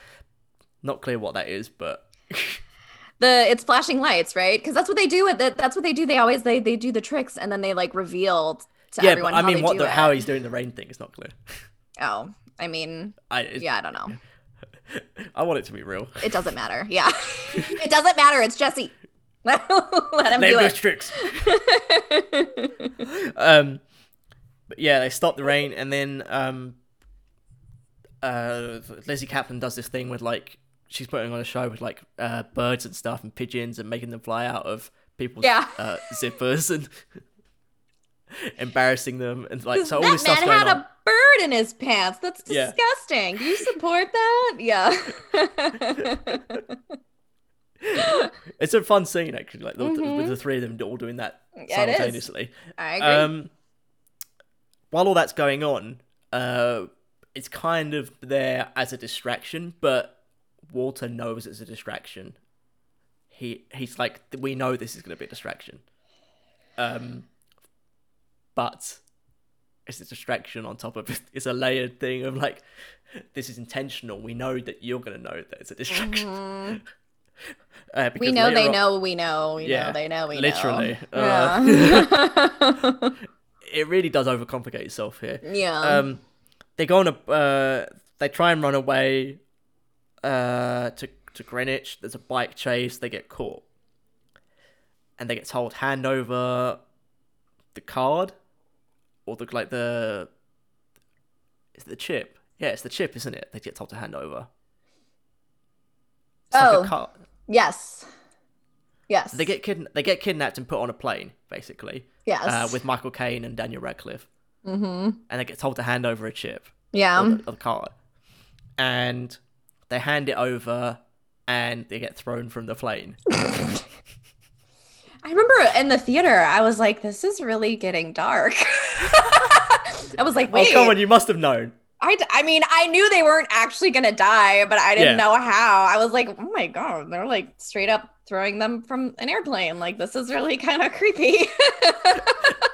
Speaker 1: Not clear what that is, but
Speaker 2: The it's flashing lights, right? Because that's what they do. With it. That's what they do. They always they they do the tricks and then they like reveal to
Speaker 1: yeah.
Speaker 2: everyone.
Speaker 1: But I
Speaker 2: how
Speaker 1: mean,
Speaker 2: they
Speaker 1: what
Speaker 2: do
Speaker 1: the,
Speaker 2: it.
Speaker 1: how he's doing the rain thing is not clear.
Speaker 2: Oh, I mean,
Speaker 1: I it's-
Speaker 2: yeah, I don't know.
Speaker 1: I want it to be real.
Speaker 2: It doesn't matter.
Speaker 1: [LAUGHS]
Speaker 2: Yeah, [LAUGHS] it doesn't matter. It's Jesse. [LAUGHS] Let, let him
Speaker 1: Name
Speaker 2: do
Speaker 1: those
Speaker 2: it.
Speaker 1: tricks. um, but yeah, they stop the rain, and then um, uh, Lizzie Kaplan does this thing with like she's putting on a show with like uh, birds and stuff and pigeons and making them fly out of people's
Speaker 2: Yeah.
Speaker 1: uh, zippers and [LAUGHS] embarrassing them and like so all
Speaker 2: that
Speaker 1: this stuff's
Speaker 2: man
Speaker 1: going
Speaker 2: had
Speaker 1: on.
Speaker 2: a bird in his pants. That's
Speaker 1: Yeah.
Speaker 2: disgusting. Do you support that? Yeah.
Speaker 1: It's a fun scene actually, like the, with the three of them all doing that
Speaker 2: Mm-hmm. is.
Speaker 1: simultaneously.
Speaker 2: I agree.
Speaker 1: Um, while all that's going on, uh, it's kind of there as a distraction, but Walter knows it's a distraction. He he's like, we know this is going to be a distraction. Um, but it's a distraction on top of it. [LAUGHS] It's a layered thing of like, this is intentional. We know that you're going to know that it's a distraction. Uh,
Speaker 2: Mm-hmm. we
Speaker 1: because
Speaker 2: Mm, know
Speaker 1: later
Speaker 2: they
Speaker 1: on-
Speaker 2: know we know we
Speaker 1: Yeah,
Speaker 2: know they know we
Speaker 1: literally.
Speaker 2: know.
Speaker 1: Uh,
Speaker 2: Yeah.
Speaker 1: It really does overcomplicate itself here.
Speaker 2: yeah. [LAUGHS]
Speaker 1: um, they go on a uh, they try and run away uh, to to Greenwich. There's a bike chase. They get caught, and they get told hand over the card or the like the is it the chip? Yeah, it's the chip, isn't it? They get told to hand over. It's like a
Speaker 2: Oh.
Speaker 1: card.
Speaker 2: yes. Yes.
Speaker 1: They get kid- they get kidnapped and put on a plane, basically.
Speaker 2: yes.
Speaker 1: Uh, with Michael Caine and Daniel Radcliffe, mm-hmm. and they get told to hand over a chip.
Speaker 2: yeah.
Speaker 1: of the, of the card. And they hand it over and they get thrown from the
Speaker 2: [LAUGHS]
Speaker 1: plane.
Speaker 2: I remember in the theater, I was like, "This is really getting dark." [LAUGHS] I was like,
Speaker 1: Oh,
Speaker 2: "Wait,
Speaker 1: come on, you must have known.
Speaker 2: I, d- I mean, I knew they weren't actually gonna die, but I didn't
Speaker 1: Yeah.
Speaker 2: know how." I was like, "Oh my god, they're like straight up throwing them from an airplane. Like this is really kind of [LAUGHS] creepy."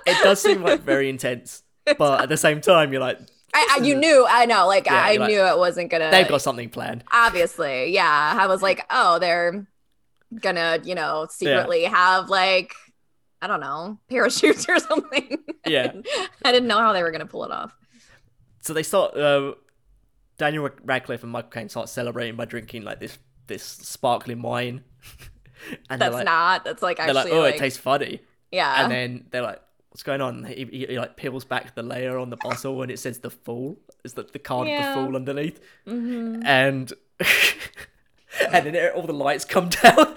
Speaker 1: It does seem
Speaker 2: [LAUGHS]
Speaker 1: like very intense. But at the same time, you're like,
Speaker 2: I, I you knew, I know, like
Speaker 1: Mm-hmm. Yeah,
Speaker 2: I, I
Speaker 1: you're like,
Speaker 2: knew it wasn't gonna.
Speaker 1: they've got something planned.
Speaker 2: [LAUGHS] obviously yeah i was like oh they're gonna you know secretly have like i don't know parachutes [LAUGHS] or something
Speaker 1: Yeah.
Speaker 2: i didn't know how they were gonna pull it off
Speaker 1: So they start, uh, Daniel Radcliffe and Michael Caine start celebrating by drinking like this this sparkling wine. [LAUGHS] And they're
Speaker 2: that's
Speaker 1: like,
Speaker 2: not that's like
Speaker 1: they're
Speaker 2: actually
Speaker 1: like,
Speaker 2: like,
Speaker 1: oh, it tastes funny.
Speaker 2: yeah
Speaker 1: and then they're like, "What's going on?" He, he, he, like peels back the layer on the bottle, and it says "the fool." Is that the card of
Speaker 2: Yeah.
Speaker 1: the fool underneath?
Speaker 2: Mhm.
Speaker 1: And [LAUGHS] and then it- all the lights come [LAUGHS] down,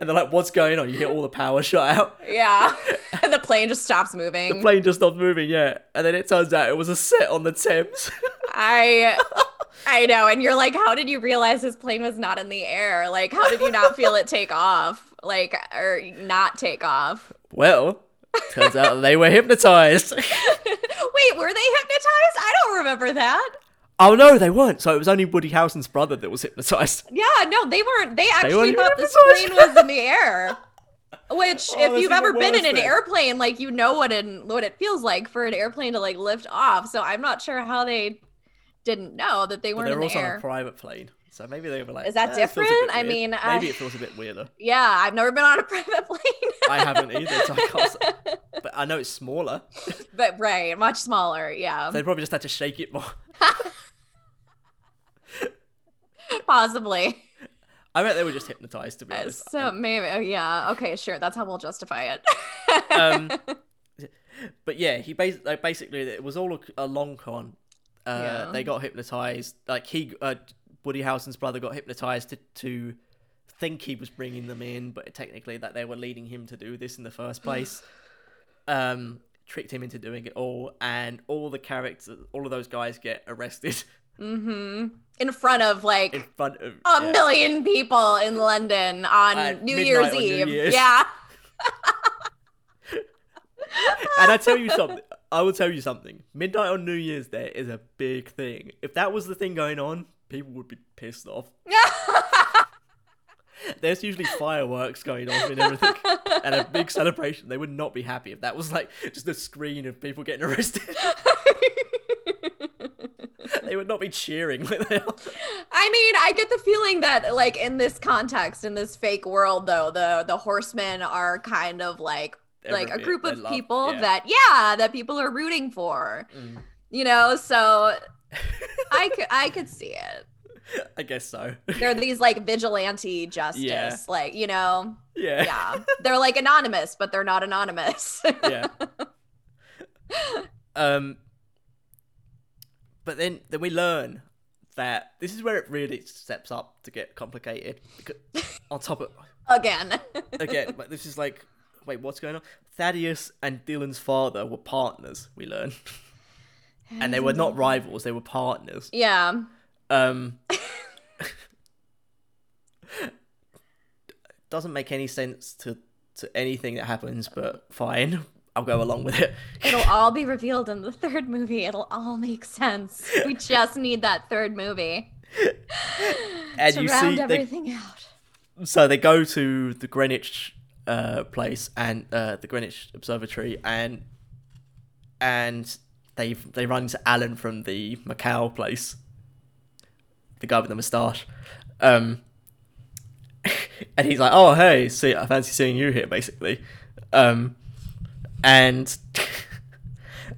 Speaker 1: and they're like, "What's going on?" You hear all the power shut out.
Speaker 2: Yeah. [LAUGHS] and the plane just stops moving.
Speaker 1: The plane just stopped moving, yeah. And then it turns out it was a set on the Thames. [LAUGHS]
Speaker 2: I I know. And you're like, how did you realize this plane was not in the air? Like, how did you not feel it take off? Like, or not take off? [LAUGHS]
Speaker 1: well, turns out they were hypnotized. [LAUGHS]
Speaker 2: Wait, were they hypnotized? I don't remember that.
Speaker 1: oh no, they weren't. So it was only Woody Harrelson's brother that was hypnotized.
Speaker 2: Yeah, no, they weren't. They actually
Speaker 1: weren't
Speaker 2: thought this plane
Speaker 1: hypnotized.
Speaker 2: was in the air. Which,
Speaker 1: Oh,
Speaker 2: if
Speaker 1: that's
Speaker 2: you've ever
Speaker 1: even
Speaker 2: been in
Speaker 1: worse
Speaker 2: an
Speaker 1: then.
Speaker 2: airplane, like you know what it what it feels like for an airplane to like lift off. So I'm not sure how they didn't know that they
Speaker 1: But
Speaker 2: weren't
Speaker 1: they
Speaker 2: in
Speaker 1: were
Speaker 2: the
Speaker 1: also on a
Speaker 2: air.
Speaker 1: private plane. So maybe they were like,
Speaker 2: Is that
Speaker 1: "Eh, it feels a
Speaker 2: different?
Speaker 1: bit
Speaker 2: I
Speaker 1: weird.
Speaker 2: mean, uh, I-
Speaker 1: maybe it feels a bit weirder.
Speaker 2: yeah, I've never been on a [LAUGHS] private plane.
Speaker 1: I haven't either, so I can't.
Speaker 2: [LAUGHS]
Speaker 1: s- But I know it's smaller.
Speaker 2: but right, much smaller. Yeah,
Speaker 1: They probably just had to shake it more.
Speaker 2: possibly.
Speaker 1: I bet they were just hypnotized to be honest.
Speaker 2: So maybe, oh, yeah. Okay, sure. That's how we'll justify it. [LAUGHS]
Speaker 1: Um, but yeah, he bas- like, basically it was all a, a long con. Uh,
Speaker 2: Yeah.
Speaker 1: They got hypnotized. Like he, uh, Woody Harrelson's brother, got hypnotized to, to think he was bringing them in, but technically that they were leading him to do this in the first place. um, tricked him into doing it all, and all the characters, all of those guys get arrested [LAUGHS]
Speaker 2: hmm In front of like
Speaker 1: in front of
Speaker 2: a
Speaker 1: yeah.
Speaker 2: million people in London on
Speaker 1: At
Speaker 2: New
Speaker 1: midnight
Speaker 2: Year's
Speaker 1: on New
Speaker 2: Eve.
Speaker 1: Year's. [LAUGHS]
Speaker 2: Yeah. [LAUGHS]
Speaker 1: and I tell you something. I will tell you something. Midnight on New Year's Day is a big thing. If that was the thing going on, people would be pissed off. There's usually fireworks going off and everything, and a big celebration. They would not be happy if that was like just a screen of people getting arrested. [LAUGHS] they would not be cheering. like they are.
Speaker 2: I mean, I get the feeling that like in this context, in this fake world though, the the horsemen are kind of like like a
Speaker 1: Everybody-
Speaker 2: group
Speaker 1: they
Speaker 2: of
Speaker 1: love-
Speaker 2: people
Speaker 1: yeah.
Speaker 2: that yeah, that people are rooting for.
Speaker 1: Mm.
Speaker 2: You
Speaker 1: [LAUGHS]
Speaker 2: know, so I could I could see it.
Speaker 1: I guess so. [LAUGHS]
Speaker 2: They're these like vigilante justice,
Speaker 1: Yeah.
Speaker 2: like,
Speaker 1: [LAUGHS]
Speaker 2: you know,
Speaker 1: Yeah,
Speaker 2: yeah. they're like anonymous, but they're not anonymous. [LAUGHS]
Speaker 1: yeah. um, but then then we learn that this is where it really steps up to get complicated.
Speaker 2: [LAUGHS]
Speaker 1: Because on top of
Speaker 2: Again.
Speaker 1: again, like, this is like, wait, what's going on? Thaddeus and Dylan's father were partners. We learn, and they were not rivals; they were partners.
Speaker 2: Yeah.
Speaker 1: Um, [LAUGHS] doesn't make any sense to to anything that happens, but fine, I'll go along with it.
Speaker 2: It'll all be revealed in the third movie. It'll all make sense. We just need that third movie
Speaker 1: and
Speaker 2: to
Speaker 1: you see,
Speaker 2: round
Speaker 1: they,
Speaker 2: everything out.
Speaker 1: so they go to the Greenwich uh, place and uh, the Greenwich Observatory, and and they they run into Alan from the Macau place, the guy with the moustache, um, [LAUGHS] and he's like, "Oh hey, see, I fancy seeing you here," basically, um, and. [LAUGHS]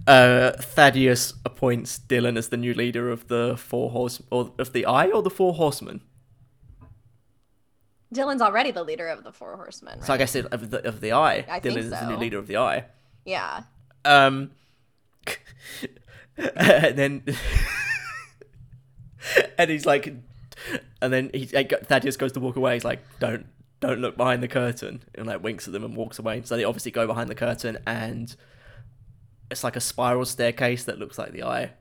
Speaker 1: Uh, Thaddeus appoints Dylan as the new leader of the four horse or of the Eye or the four horsemen.
Speaker 2: Dylan's already the leader of the Four Horsemen. Right?
Speaker 1: So I guess it, of the of the eye,
Speaker 2: I
Speaker 1: Dylan
Speaker 2: think
Speaker 1: is the
Speaker 2: so.
Speaker 1: new leader of the eye.
Speaker 2: yeah.
Speaker 1: Um, [LAUGHS] and then [LAUGHS] and he's like, and then he like, Thaddeus goes to walk away. He's like, don't don't look behind the curtain, and like winks at them and walks away. So they obviously go behind the curtain, and it's like a spiral staircase that looks like the eye,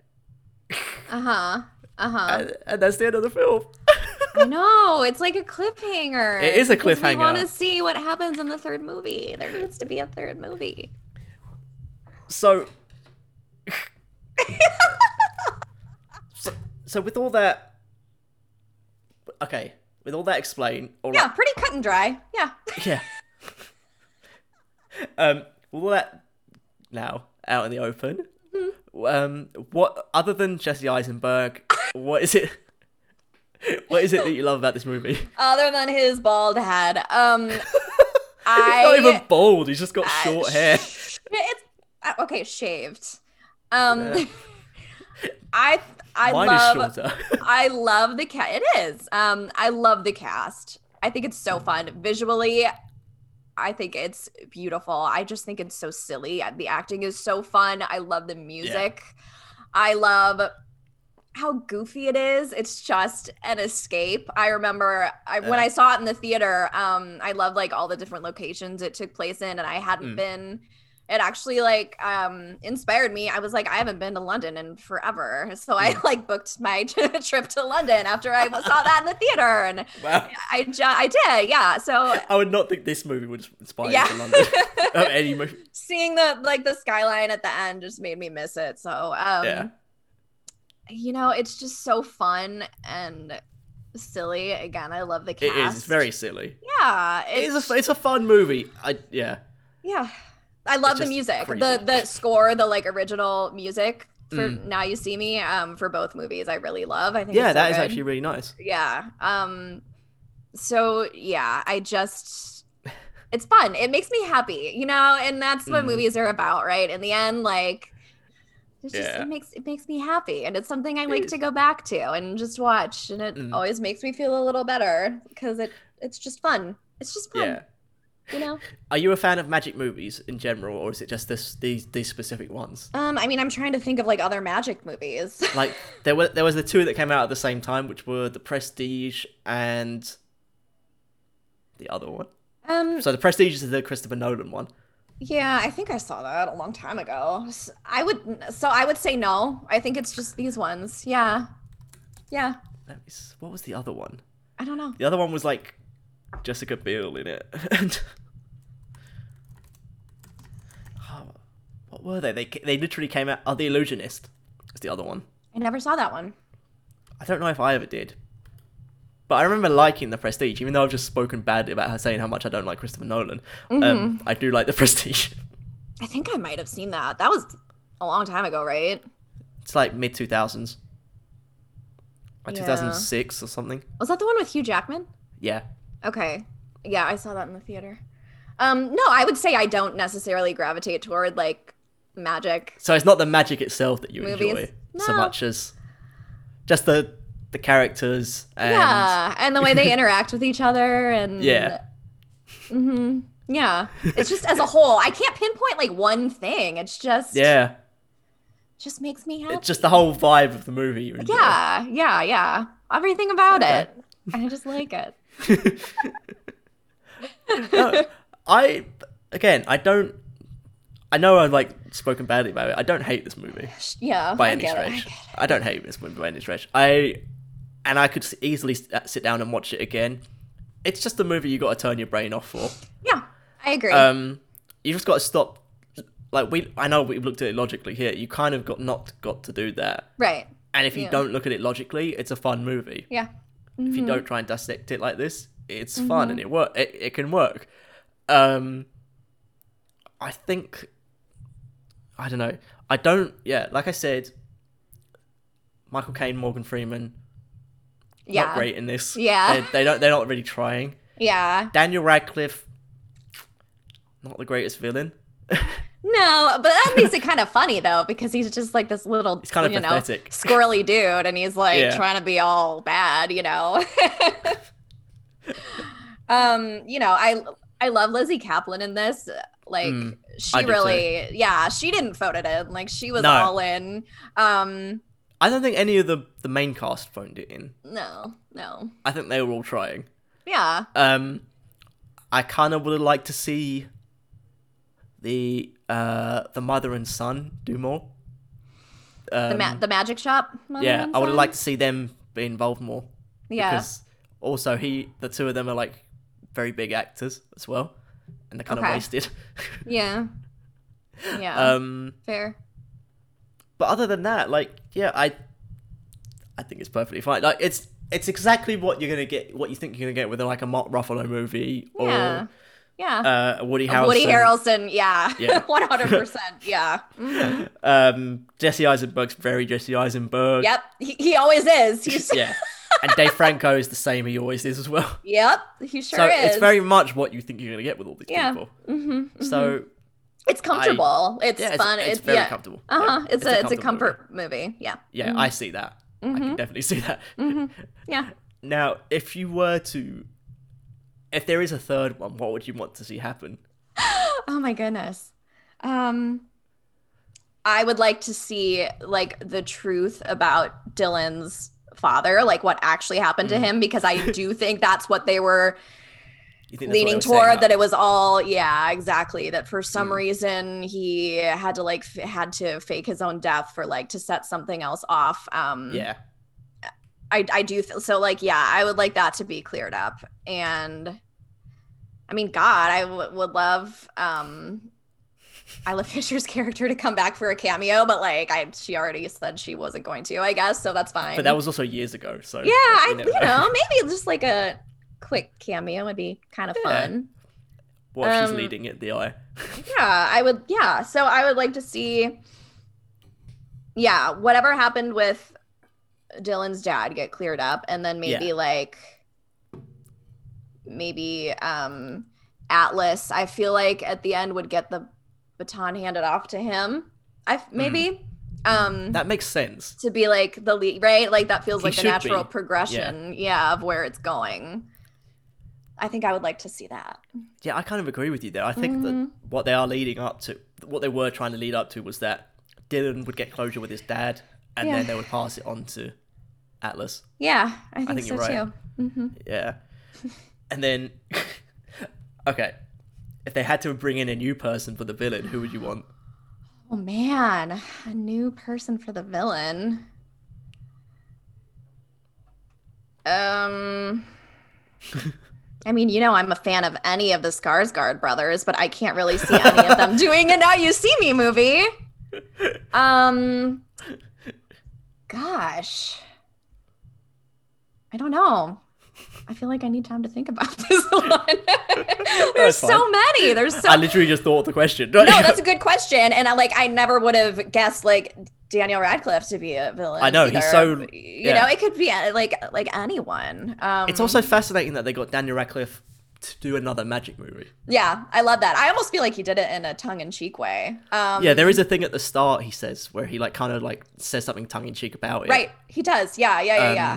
Speaker 2: Uh huh. Uh huh.
Speaker 1: and, and that's the end of the film. [LAUGHS]
Speaker 2: I know. It's like a cliffhanger.
Speaker 1: It is a
Speaker 2: because We
Speaker 1: cliffhanger.
Speaker 2: want to see what happens in the third movie. There needs to be a third movie.
Speaker 1: So, so, so with all that, okay, with all that explained, all
Speaker 2: Yeah, pretty cut and dry. Yeah.
Speaker 1: that- yeah, um, with all that now out in the open.
Speaker 2: Mm-hmm.
Speaker 1: Um, what other than Jesse Eisenberg, what is it? What is it that you love about this movie?
Speaker 2: Other than his bald head.
Speaker 1: [LAUGHS]
Speaker 2: Um I
Speaker 1: He's not even bald. He's just got
Speaker 2: I-
Speaker 1: short
Speaker 2: [LAUGHS]
Speaker 1: hair.
Speaker 2: sh- It's uh, okay, shaved. Um
Speaker 1: Yeah.
Speaker 2: [LAUGHS] I I
Speaker 1: Mine
Speaker 2: love
Speaker 1: is shorter. [LAUGHS]
Speaker 2: I love the cat. It is. Um, I love the cast. I think it's so fun visually. I think it's beautiful. I just think it's so silly. The acting is so fun. I love the music. I love how goofy it is. It's just an escape. I remember I, when I saw it in the theater, um, I love like all the different locations it took place in, and I hadn't
Speaker 1: Mm.
Speaker 2: been. It actually like um, inspired me. I was like, I haven't been to London in forever, so I [LAUGHS] like booked my trip to London after I saw that in the theater, and
Speaker 1: Wow.
Speaker 2: I ju- I did, yeah. So
Speaker 1: I would not think this movie would inspire
Speaker 2: Yeah.
Speaker 1: you to London.
Speaker 2: [LAUGHS]
Speaker 1: of any movie.
Speaker 2: seeing the like the skyline at the end just made me miss it. So um
Speaker 1: Yeah.
Speaker 2: you know, it's just so fun and silly. Again, I love the
Speaker 1: It
Speaker 2: cast.
Speaker 1: is. It's very silly.
Speaker 2: yeah.
Speaker 1: It
Speaker 2: It's,
Speaker 1: is a, it's a fun movie. I yeah.
Speaker 2: yeah. I love the
Speaker 1: just
Speaker 2: music. The
Speaker 1: crazy.
Speaker 2: the score, the like original music for Now You See Me, um, for both movies I really love. I think
Speaker 1: Mm. Yeah,
Speaker 2: it's so
Speaker 1: that is
Speaker 2: good.
Speaker 1: actually really nice.
Speaker 2: Yeah. Um so yeah, I just it's fun. It makes me happy, you know, and that's what
Speaker 1: Mhm.
Speaker 2: movies are about, right? In the end, like it's just
Speaker 1: Yeah.
Speaker 2: it makes it makes me happy and it's something I like
Speaker 1: is.
Speaker 2: to go back to and just watch and it
Speaker 1: Mhm.
Speaker 2: always makes me feel a little better because it it's just fun. It's just fun,
Speaker 1: Yeah.
Speaker 2: you know.
Speaker 1: Are you a fan of magic movies in general, or is it just this these these specific ones?
Speaker 2: Um I mean, I'm trying to think of like other magic movies. [LAUGHS]
Speaker 1: Like there were there was the two that came out at the same time, which were The Prestige and the other one.
Speaker 2: um
Speaker 1: So The Prestige is the Christopher Nolan one.
Speaker 2: yeah, I think I saw that a long time ago. S- I would so I would say no. I think it's just these ones. Yeah. Yeah.
Speaker 1: Let me s- What was the other one?
Speaker 2: I don't know.
Speaker 1: The other one was like Jessica Biel in it. [LAUGHS] and [SIGHS] oh, what were they? They ca- they literally came out. Oh, The Illusionist is the other one.
Speaker 2: I never saw that one.
Speaker 1: I don't know if I ever did. But I remember liking The Prestige, even though I've just spoken badly about how saying how much I don't like Christopher Nolan. Um, I do like The Prestige. [LAUGHS]
Speaker 2: I think I might have seen that. That was a long time ago, right?
Speaker 1: It's like mid 2000s. Or
Speaker 2: Yeah.
Speaker 1: 2006 or something.
Speaker 2: Was that the one with Hugh Jackman?
Speaker 1: Yeah.
Speaker 2: Okay. Yeah, I saw that in the theater. Um, no, I would say I don't necessarily gravitate toward like magic.
Speaker 1: So it's not the magic itself that you
Speaker 2: Movies?
Speaker 1: enjoy so
Speaker 2: No.
Speaker 1: much as just the the characters and
Speaker 2: yeah, and the
Speaker 1: [LAUGHS]
Speaker 2: way they interact with each other and
Speaker 1: Yeah.
Speaker 2: hmm Yeah. It's just as a whole. I can't pinpoint like one thing. It's just
Speaker 1: Yeah.
Speaker 2: just makes me happy.
Speaker 1: It's just the whole vibe of the movie. you enjoy.
Speaker 2: Yeah, yeah, yeah. Everything about
Speaker 1: Okay.
Speaker 2: it. I just like it.
Speaker 1: [LAUGHS] No, I again, I don't. I know I've like spoken badly about it. I don't hate this movie
Speaker 2: Yeah.
Speaker 1: by
Speaker 2: I
Speaker 1: any
Speaker 2: get it, I
Speaker 1: stretch.
Speaker 2: get it.
Speaker 1: I don't hate this movie by any stretch. I and I could s- easily s- sit down and watch it again. It's just a movie you got to turn your brain off for.
Speaker 2: Yeah, I agree.
Speaker 1: Um, you just got to stop. Like we, I know we've looked at it logically here. You kind of got not got to do that.
Speaker 2: right.
Speaker 1: And if you
Speaker 2: Yeah. Mm-hmm.
Speaker 1: don't look at it logically, it's a fun movie.
Speaker 2: Yeah.
Speaker 1: if you don't try and dissect it like this it's
Speaker 2: Mm-hmm.
Speaker 1: fun and it work it, it can work um i think i don't know i don't yeah like i said michael caine morgan freeman
Speaker 2: Yeah.
Speaker 1: not great in this
Speaker 2: Yeah.
Speaker 1: they, they don't they're not really trying
Speaker 2: Yeah.
Speaker 1: daniel radcliffe not the greatest villain
Speaker 2: No, but that makes it kind of funny though, because he's just like this little,
Speaker 1: He's kind of
Speaker 2: you know,
Speaker 1: pathetic.
Speaker 2: squirrely dude, and he's like
Speaker 1: Yeah.
Speaker 2: trying to be all bad, you know. [LAUGHS] um, you know, I I love Lizzie Kaplan in this. Like
Speaker 1: Mm, I
Speaker 2: she
Speaker 1: do too.
Speaker 2: really, yeah, she didn't vote it in. Like she was
Speaker 1: No.
Speaker 2: all in. Um,
Speaker 1: i don't think any of the the main cast phoned it in
Speaker 2: no, no,
Speaker 1: i think they were all trying
Speaker 2: yeah,
Speaker 1: Um, I kind of would have liked to see the uh the mother and son do more. Um,
Speaker 2: the ma- the magic shop. Mother
Speaker 1: yeah,
Speaker 2: and
Speaker 1: I would have
Speaker 2: Son?
Speaker 1: liked to see them be involved more.
Speaker 2: Yeah,
Speaker 1: Because also he, the two of them are like very big actors as well, and they're kind
Speaker 2: Okay. Oh.
Speaker 1: of wasted. [LAUGHS]
Speaker 2: yeah, yeah.
Speaker 1: um,
Speaker 2: fair.
Speaker 1: but other than that, like yeah, I I think it's perfectly fine. Like it's it's exactly what you're gonna get, what you think you're gonna get with like a Mark Ruffalo movie or
Speaker 2: Yeah, yeah.
Speaker 1: uh, a Woody Harrelson.
Speaker 2: Woody Harrelson, yeah,
Speaker 1: Yeah.
Speaker 2: [LAUGHS] one hundred percent, yeah. Mhm.
Speaker 1: [LAUGHS] Um, Jesse Eisenberg's very Jesse Eisenberg.
Speaker 2: Yep, he, he always
Speaker 1: [LAUGHS]
Speaker 2: is. He's
Speaker 1: Yeah. And Dave Franco is the same he always is as well.
Speaker 2: yep, he sure
Speaker 1: so
Speaker 2: is.
Speaker 1: it's very much what you think you're going to get with all these
Speaker 2: Yeah.
Speaker 1: people.
Speaker 2: hmm
Speaker 1: So
Speaker 2: it's comfortable. it's
Speaker 1: yeah, it's,
Speaker 2: fun.
Speaker 1: it's very
Speaker 2: yeah.
Speaker 1: comfortable.
Speaker 2: Uh huh.
Speaker 1: Yeah,
Speaker 2: It's, a, it's a
Speaker 1: comfortable movie.
Speaker 2: comfort Mm-hmm. movie. Yeah.
Speaker 1: Yeah, I see that. I can definitely [LAUGHS] see that.
Speaker 2: Yeah.
Speaker 1: Now, if you were to, if there is a third one, what would you want to see happen?
Speaker 2: Oh my goodness. Um, I would like to see like the truth about Dylan's father, like what actually happened
Speaker 1: Mm.
Speaker 2: to him,
Speaker 1: [LAUGHS]
Speaker 2: because I do think that's what they were
Speaker 1: You think that's what they
Speaker 2: leaning
Speaker 1: were saying,
Speaker 2: toward
Speaker 1: like-
Speaker 2: that it was all yeah exactly that for some
Speaker 1: Hmm.
Speaker 2: reason he had to like f- had to fake his own death for like to set something else off um
Speaker 1: Yeah.
Speaker 2: i i do th- so like yeah i would like that to be cleared up and i mean god i w- would love um Isla [LAUGHS] Fisher's character to come back for a cameo, but like I, she already said she wasn't going to, I guess, so that's fine.
Speaker 1: But that was also years ago, so
Speaker 2: yeah, I,
Speaker 1: never
Speaker 2: you
Speaker 1: [LAUGHS]
Speaker 2: know, maybe just like a quick cameo would be kind of
Speaker 1: Yeah.
Speaker 2: fun.
Speaker 1: what she's
Speaker 2: um,
Speaker 1: leading it the eye.
Speaker 2: yeah i would yeah so i would like to see yeah whatever happened with dylan's dad get cleared up and then maybe
Speaker 1: Yeah.
Speaker 2: like maybe um atlas i feel like at the end would get the baton handed off to him i maybe um
Speaker 1: Mm-hmm. That makes sense.
Speaker 2: to be like the lead right like that feels
Speaker 1: He
Speaker 2: like the
Speaker 1: should
Speaker 2: natural
Speaker 1: be.
Speaker 2: progression yeah. of where it's going i think i would like to see that
Speaker 1: Yeah, I kind of agree with you there. I think that
Speaker 2: Mhm.
Speaker 1: what they are leading up to, what they were trying to lead up to, was that Dylan would get closure with his dad, and
Speaker 2: Yeah.
Speaker 1: then they would pass it on to Atlas.
Speaker 2: yeah i think,
Speaker 1: think
Speaker 2: so
Speaker 1: you're right.
Speaker 2: too hmm [LAUGHS]
Speaker 1: Yeah, and then [LAUGHS] okay, if they had to bring in a new person for the villain, who would you want?
Speaker 2: Oh man, a new person for the villain. Um I mean, you know, I'm a fan of any of the Skarsgård brothers, but I can't really see any of them doing a Now You See Me movie. Um gosh. I don't know. I feel like I need time to think about [LAUGHS] this one. There's so
Speaker 1: fine.
Speaker 2: many. There's
Speaker 1: [LAUGHS]
Speaker 2: so
Speaker 1: I literally just thought of the question. [LAUGHS]
Speaker 2: no, that's a good question, and I like I never would have guessed like Daniel Radcliffe to be a villain.
Speaker 1: I know, he's
Speaker 2: either.
Speaker 1: so-
Speaker 2: you
Speaker 1: yeah.
Speaker 2: know it could be uh, like like anyone. Um,
Speaker 1: it's also fascinating that they got Daniel Radcliffe to do another magic movie.
Speaker 2: yeah, I love that. I almost feel like he did it in a tongue in cheek way. Um,
Speaker 1: yeah, there is a thing at the start he says where he like kind of like says something tongue in cheek about it.
Speaker 2: right. He does. Yeah, yeah, yeah, yeah.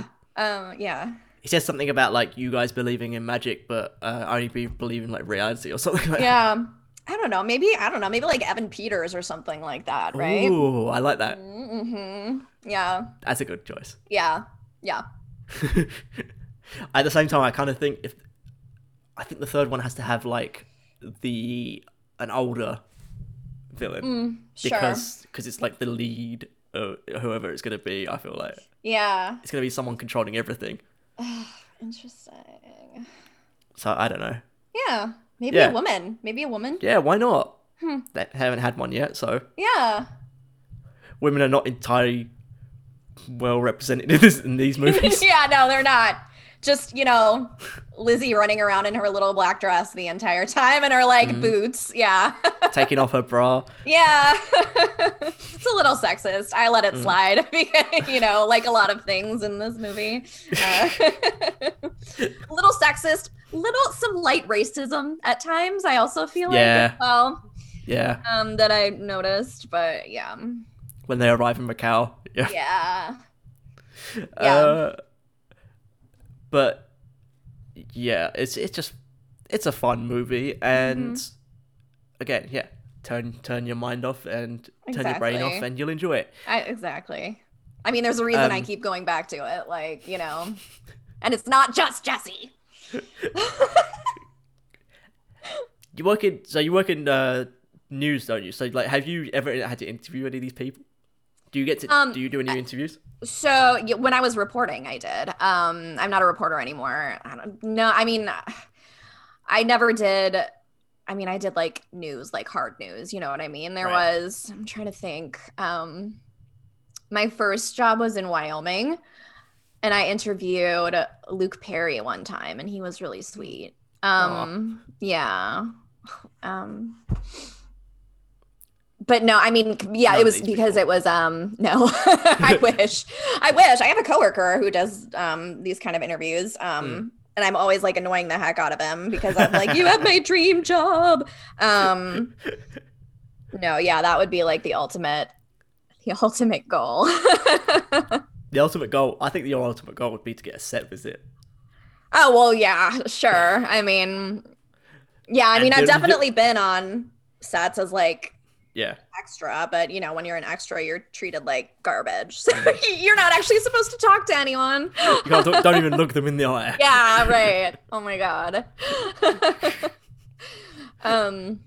Speaker 2: Um, yeah.
Speaker 1: He says something about like you guys believing in magic, but uh, only be believing like reality or [LAUGHS] something like that.
Speaker 2: Yeah. I don't know. Maybe I don't know. Maybe like Evan Peters or something like that, right?
Speaker 1: Ooh, I like that.
Speaker 2: Mm-hmm. Yeah.
Speaker 1: That's a good choice. [LAUGHS]
Speaker 2: Yeah. Yeah.
Speaker 1: At the same time, I kind of think if I think the third one has to have like the an older villain
Speaker 2: Mm, Sure.
Speaker 1: because cause it's like the lead of whoever it's gonna be. I feel like
Speaker 2: yeah.
Speaker 1: it's gonna be someone controlling everything.
Speaker 2: Interesting.
Speaker 1: So I don't know.
Speaker 2: Yeah. Maybe
Speaker 1: Yeah.
Speaker 2: a woman. Maybe a woman.
Speaker 1: Yeah, why not?
Speaker 2: Hmm.
Speaker 1: They haven't had one yet, so
Speaker 2: Yeah. [LAUGHS]
Speaker 1: women are not entirely well represented [LAUGHS] in, this, in these movies.
Speaker 2: yeah, no, they're not. Just, you know, Lizzie running around in her little black dress the entire time and her like boots. [LAUGHS] Yeah. [LAUGHS]
Speaker 1: Taking off her bra.
Speaker 2: yeah. [LAUGHS] it's a little sexist. I let it slide, [LAUGHS] you know, like a lot of things in this movie. Uh, [LAUGHS] little sexist, little, some light racism at times, I also feel like
Speaker 1: Yeah.
Speaker 2: as well,
Speaker 1: Yeah,
Speaker 2: um, that I noticed. But yeah.
Speaker 1: when they arrive in Macau. [LAUGHS] Yeah.
Speaker 2: Yeah. Yeah.
Speaker 1: Uh, but yeah, it's it's just it's a fun movie, and
Speaker 2: Mm-hmm.
Speaker 1: again, yeah, turn turn your mind off and turn your brain off,
Speaker 2: Exactly.
Speaker 1: and you'll enjoy it.
Speaker 2: I, exactly. I mean, there's a reason I
Speaker 1: Um,
Speaker 2: keep going back to it, like you know, and it's not just Jesse.
Speaker 1: You work in so you work in uh, news, don't you? So like, have you ever had to interview any of these people? Do you get to
Speaker 2: Um,
Speaker 1: do you do any interviews?
Speaker 2: So y- when I was reporting, I did. Um, I'm not a reporter anymore. I don't, no, I mean, I never did. I mean, I did like news, like hard news. You know what I mean? There
Speaker 1: Right.
Speaker 2: was. I'm trying to think. Um, my first job was in Wyoming, and I interviewed Luke Perry one time, and he was really sweet. Um, yeah. Um, but no, I mean, yeah,
Speaker 1: None
Speaker 2: it
Speaker 1: of
Speaker 2: was
Speaker 1: these
Speaker 2: because
Speaker 1: people.
Speaker 2: it was um [LAUGHS] no.
Speaker 1: [LAUGHS]
Speaker 2: I wish. I wish. I have a coworker who does um these kind of interviews. Um
Speaker 1: Hmm.
Speaker 2: and I'm always like annoying the heck out of him because I'm like,
Speaker 1: [LAUGHS]
Speaker 2: you have my dream job. Um No, yeah, that would be like the ultimate the ultimate goal. [LAUGHS] oh
Speaker 1: The ultimate goal, I think the ultimate goal would be to get a set visit.
Speaker 2: Oh, well yeah, sure. I mean yeah, I
Speaker 1: And
Speaker 2: mean
Speaker 1: then
Speaker 2: I've
Speaker 1: you-
Speaker 2: definitely been on sets as like
Speaker 1: yeah.
Speaker 2: extra, but you know, when you're an extra, you're treated like garbage. [LAUGHS] So you're not actually supposed to talk to anyone.
Speaker 1: You can't, don't, don't even look them in the eye.
Speaker 2: yeah, right. Oh
Speaker 1: [LAUGHS]
Speaker 2: my god. um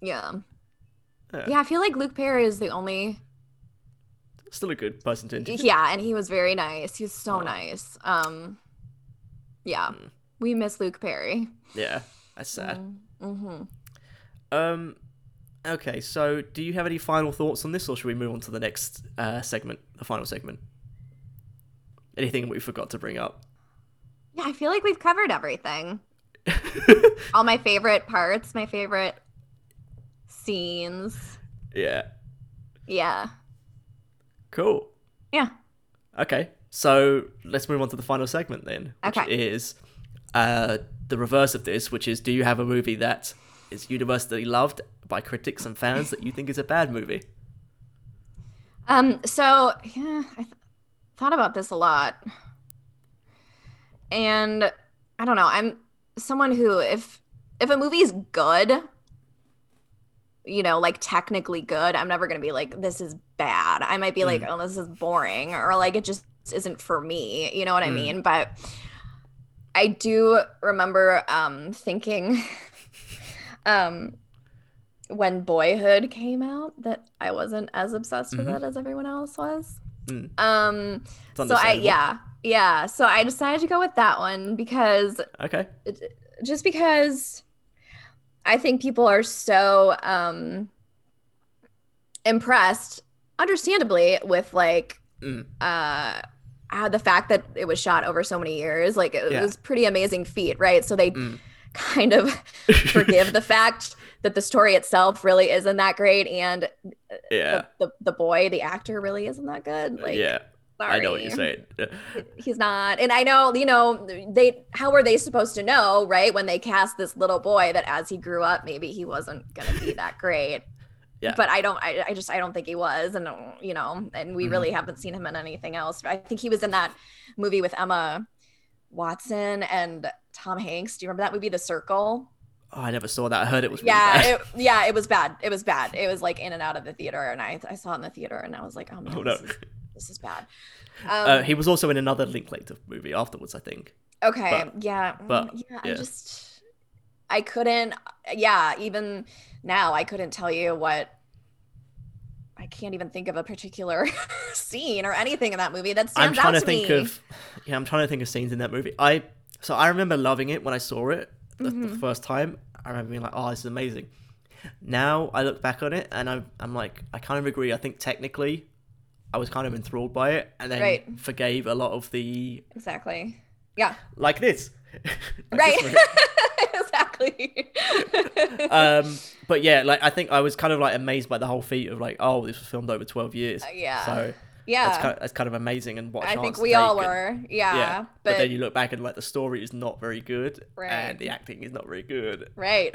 Speaker 2: yeah.
Speaker 1: Yeah.
Speaker 2: Yeah, I feel like Luke Perry is
Speaker 1: [LAUGHS]
Speaker 2: the only
Speaker 1: Still a good person to
Speaker 2: [LAUGHS]
Speaker 1: introduce.
Speaker 2: Yeah, and he was very nice. He's so
Speaker 1: Yeah.
Speaker 2: nice. Um yeah.
Speaker 1: Mm.
Speaker 2: We miss Luke Perry.
Speaker 1: Yeah, that's sad.
Speaker 2: Mm-hmm.
Speaker 1: Um, okay, so do you have any final thoughts on this, or should we move on to the next uh, segment, the final segment? Anything we forgot to bring up? [LAUGHS]
Speaker 2: Yeah, I feel like we've covered everything. All my favorite parts, my favorite scenes.
Speaker 1: yeah,
Speaker 2: Yeah.
Speaker 1: cool.
Speaker 2: Yeah.
Speaker 1: Okay, so let's move on to the final segment then, which
Speaker 2: Okay.
Speaker 1: is uh, the reverse of this, which is do you have a movie that is universally loved by critics and fans that you think is a bad movie?
Speaker 2: Um, so yeah, I th- thought about this a lot. And I don't know, I'm someone who if if a movie's good, you know, like technically good, I'm never gonna be like, this is bad. I might be like, oh, this is boring, or like it just isn't for me. You know what I
Speaker 1: Mm.
Speaker 2: mean? But I do remember um thinking um when boyhood came out that I wasn't as obsessed with
Speaker 1: Mhm.
Speaker 2: it as everyone else was.
Speaker 1: Mm.
Speaker 2: Um
Speaker 1: It's
Speaker 2: so I
Speaker 1: understandable.
Speaker 2: yeah. Yeah, so I decided to go with that one because
Speaker 1: Okay.
Speaker 2: just because I think people are so um impressed understandably with like
Speaker 1: Mm.
Speaker 2: uh ah, the fact that it was shot over so many years like it
Speaker 1: Yeah.
Speaker 2: was pretty amazing feat right so they
Speaker 1: Mm. [LAUGHS]
Speaker 2: kind of forgive the fact that the story itself really isn't that great and
Speaker 1: yeah.
Speaker 2: the, the, the boy the actor really isn't that good Uh, like
Speaker 1: yeah. I know what you're
Speaker 2: sorry.
Speaker 1: saying.
Speaker 2: he's not and i know you know they how were they supposed to know right when they cast this little boy that as he grew up maybe he wasn't
Speaker 1: [LAUGHS]
Speaker 2: gonna be that great
Speaker 1: Yeah.
Speaker 2: but i don't I, I just i don't think he was and uh, you know and we
Speaker 1: Mhm.
Speaker 2: really haven't seen him in anything else i think he was in that movie with emma watson and tom hanks do you remember that movie the circle
Speaker 1: Oh, I never saw that. I heard it was really
Speaker 2: yeah
Speaker 1: bad. Uh,
Speaker 2: it,
Speaker 1: [LAUGHS]
Speaker 2: yeah it was bad it was bad it was like in and out of the theater and i, I saw it in the theater and i was like oh, man,
Speaker 1: Oh, no.
Speaker 2: this, is, this is bad um,
Speaker 1: uh, he was also in another Linklater movie afterwards, I think.
Speaker 2: Okay.
Speaker 1: But-
Speaker 2: yeah. mm,
Speaker 1: but,
Speaker 2: yeah,
Speaker 1: yeah.
Speaker 2: I just I couldn't yeah, even now I couldn't tell you what I can't even think of a particular [LAUGHS] scene or anything in that movie that
Speaker 1: I'm
Speaker 2: stands
Speaker 1: trying
Speaker 2: out
Speaker 1: to
Speaker 2: to,
Speaker 1: think
Speaker 2: me.
Speaker 1: of yeah, I'm trying to think of scenes in that movie. I so I remember loving it when I saw it the, the
Speaker 2: Mhm.
Speaker 1: first time. I remember being like, "Oh, this is amazing." Now I look back on it and I'm I'm like, I kind of agree. I think technically, I was kind of enthralled by it, and then
Speaker 2: Right.
Speaker 1: forgave a lot of the
Speaker 2: Exactly. Yeah.
Speaker 1: like this, [LAUGHS] Like this
Speaker 2: right.
Speaker 1: movie.
Speaker 2: [LAUGHS] exactly.
Speaker 1: um, but yeah, like I think I was kind of like amazed by the whole feat of like, oh, this was filmed over twelve years.
Speaker 2: Uh, yeah.
Speaker 1: So
Speaker 2: yeah.
Speaker 1: that's kind of, that's kind of amazing, and what a
Speaker 2: I
Speaker 1: chance
Speaker 2: think
Speaker 1: to
Speaker 2: we all
Speaker 1: take and-
Speaker 2: were. Yeah.
Speaker 1: yeah, but,
Speaker 2: But,
Speaker 1: then you look back and like the story is not very good,
Speaker 2: Right.
Speaker 1: and the acting is not very good, [LAUGHS]
Speaker 2: right.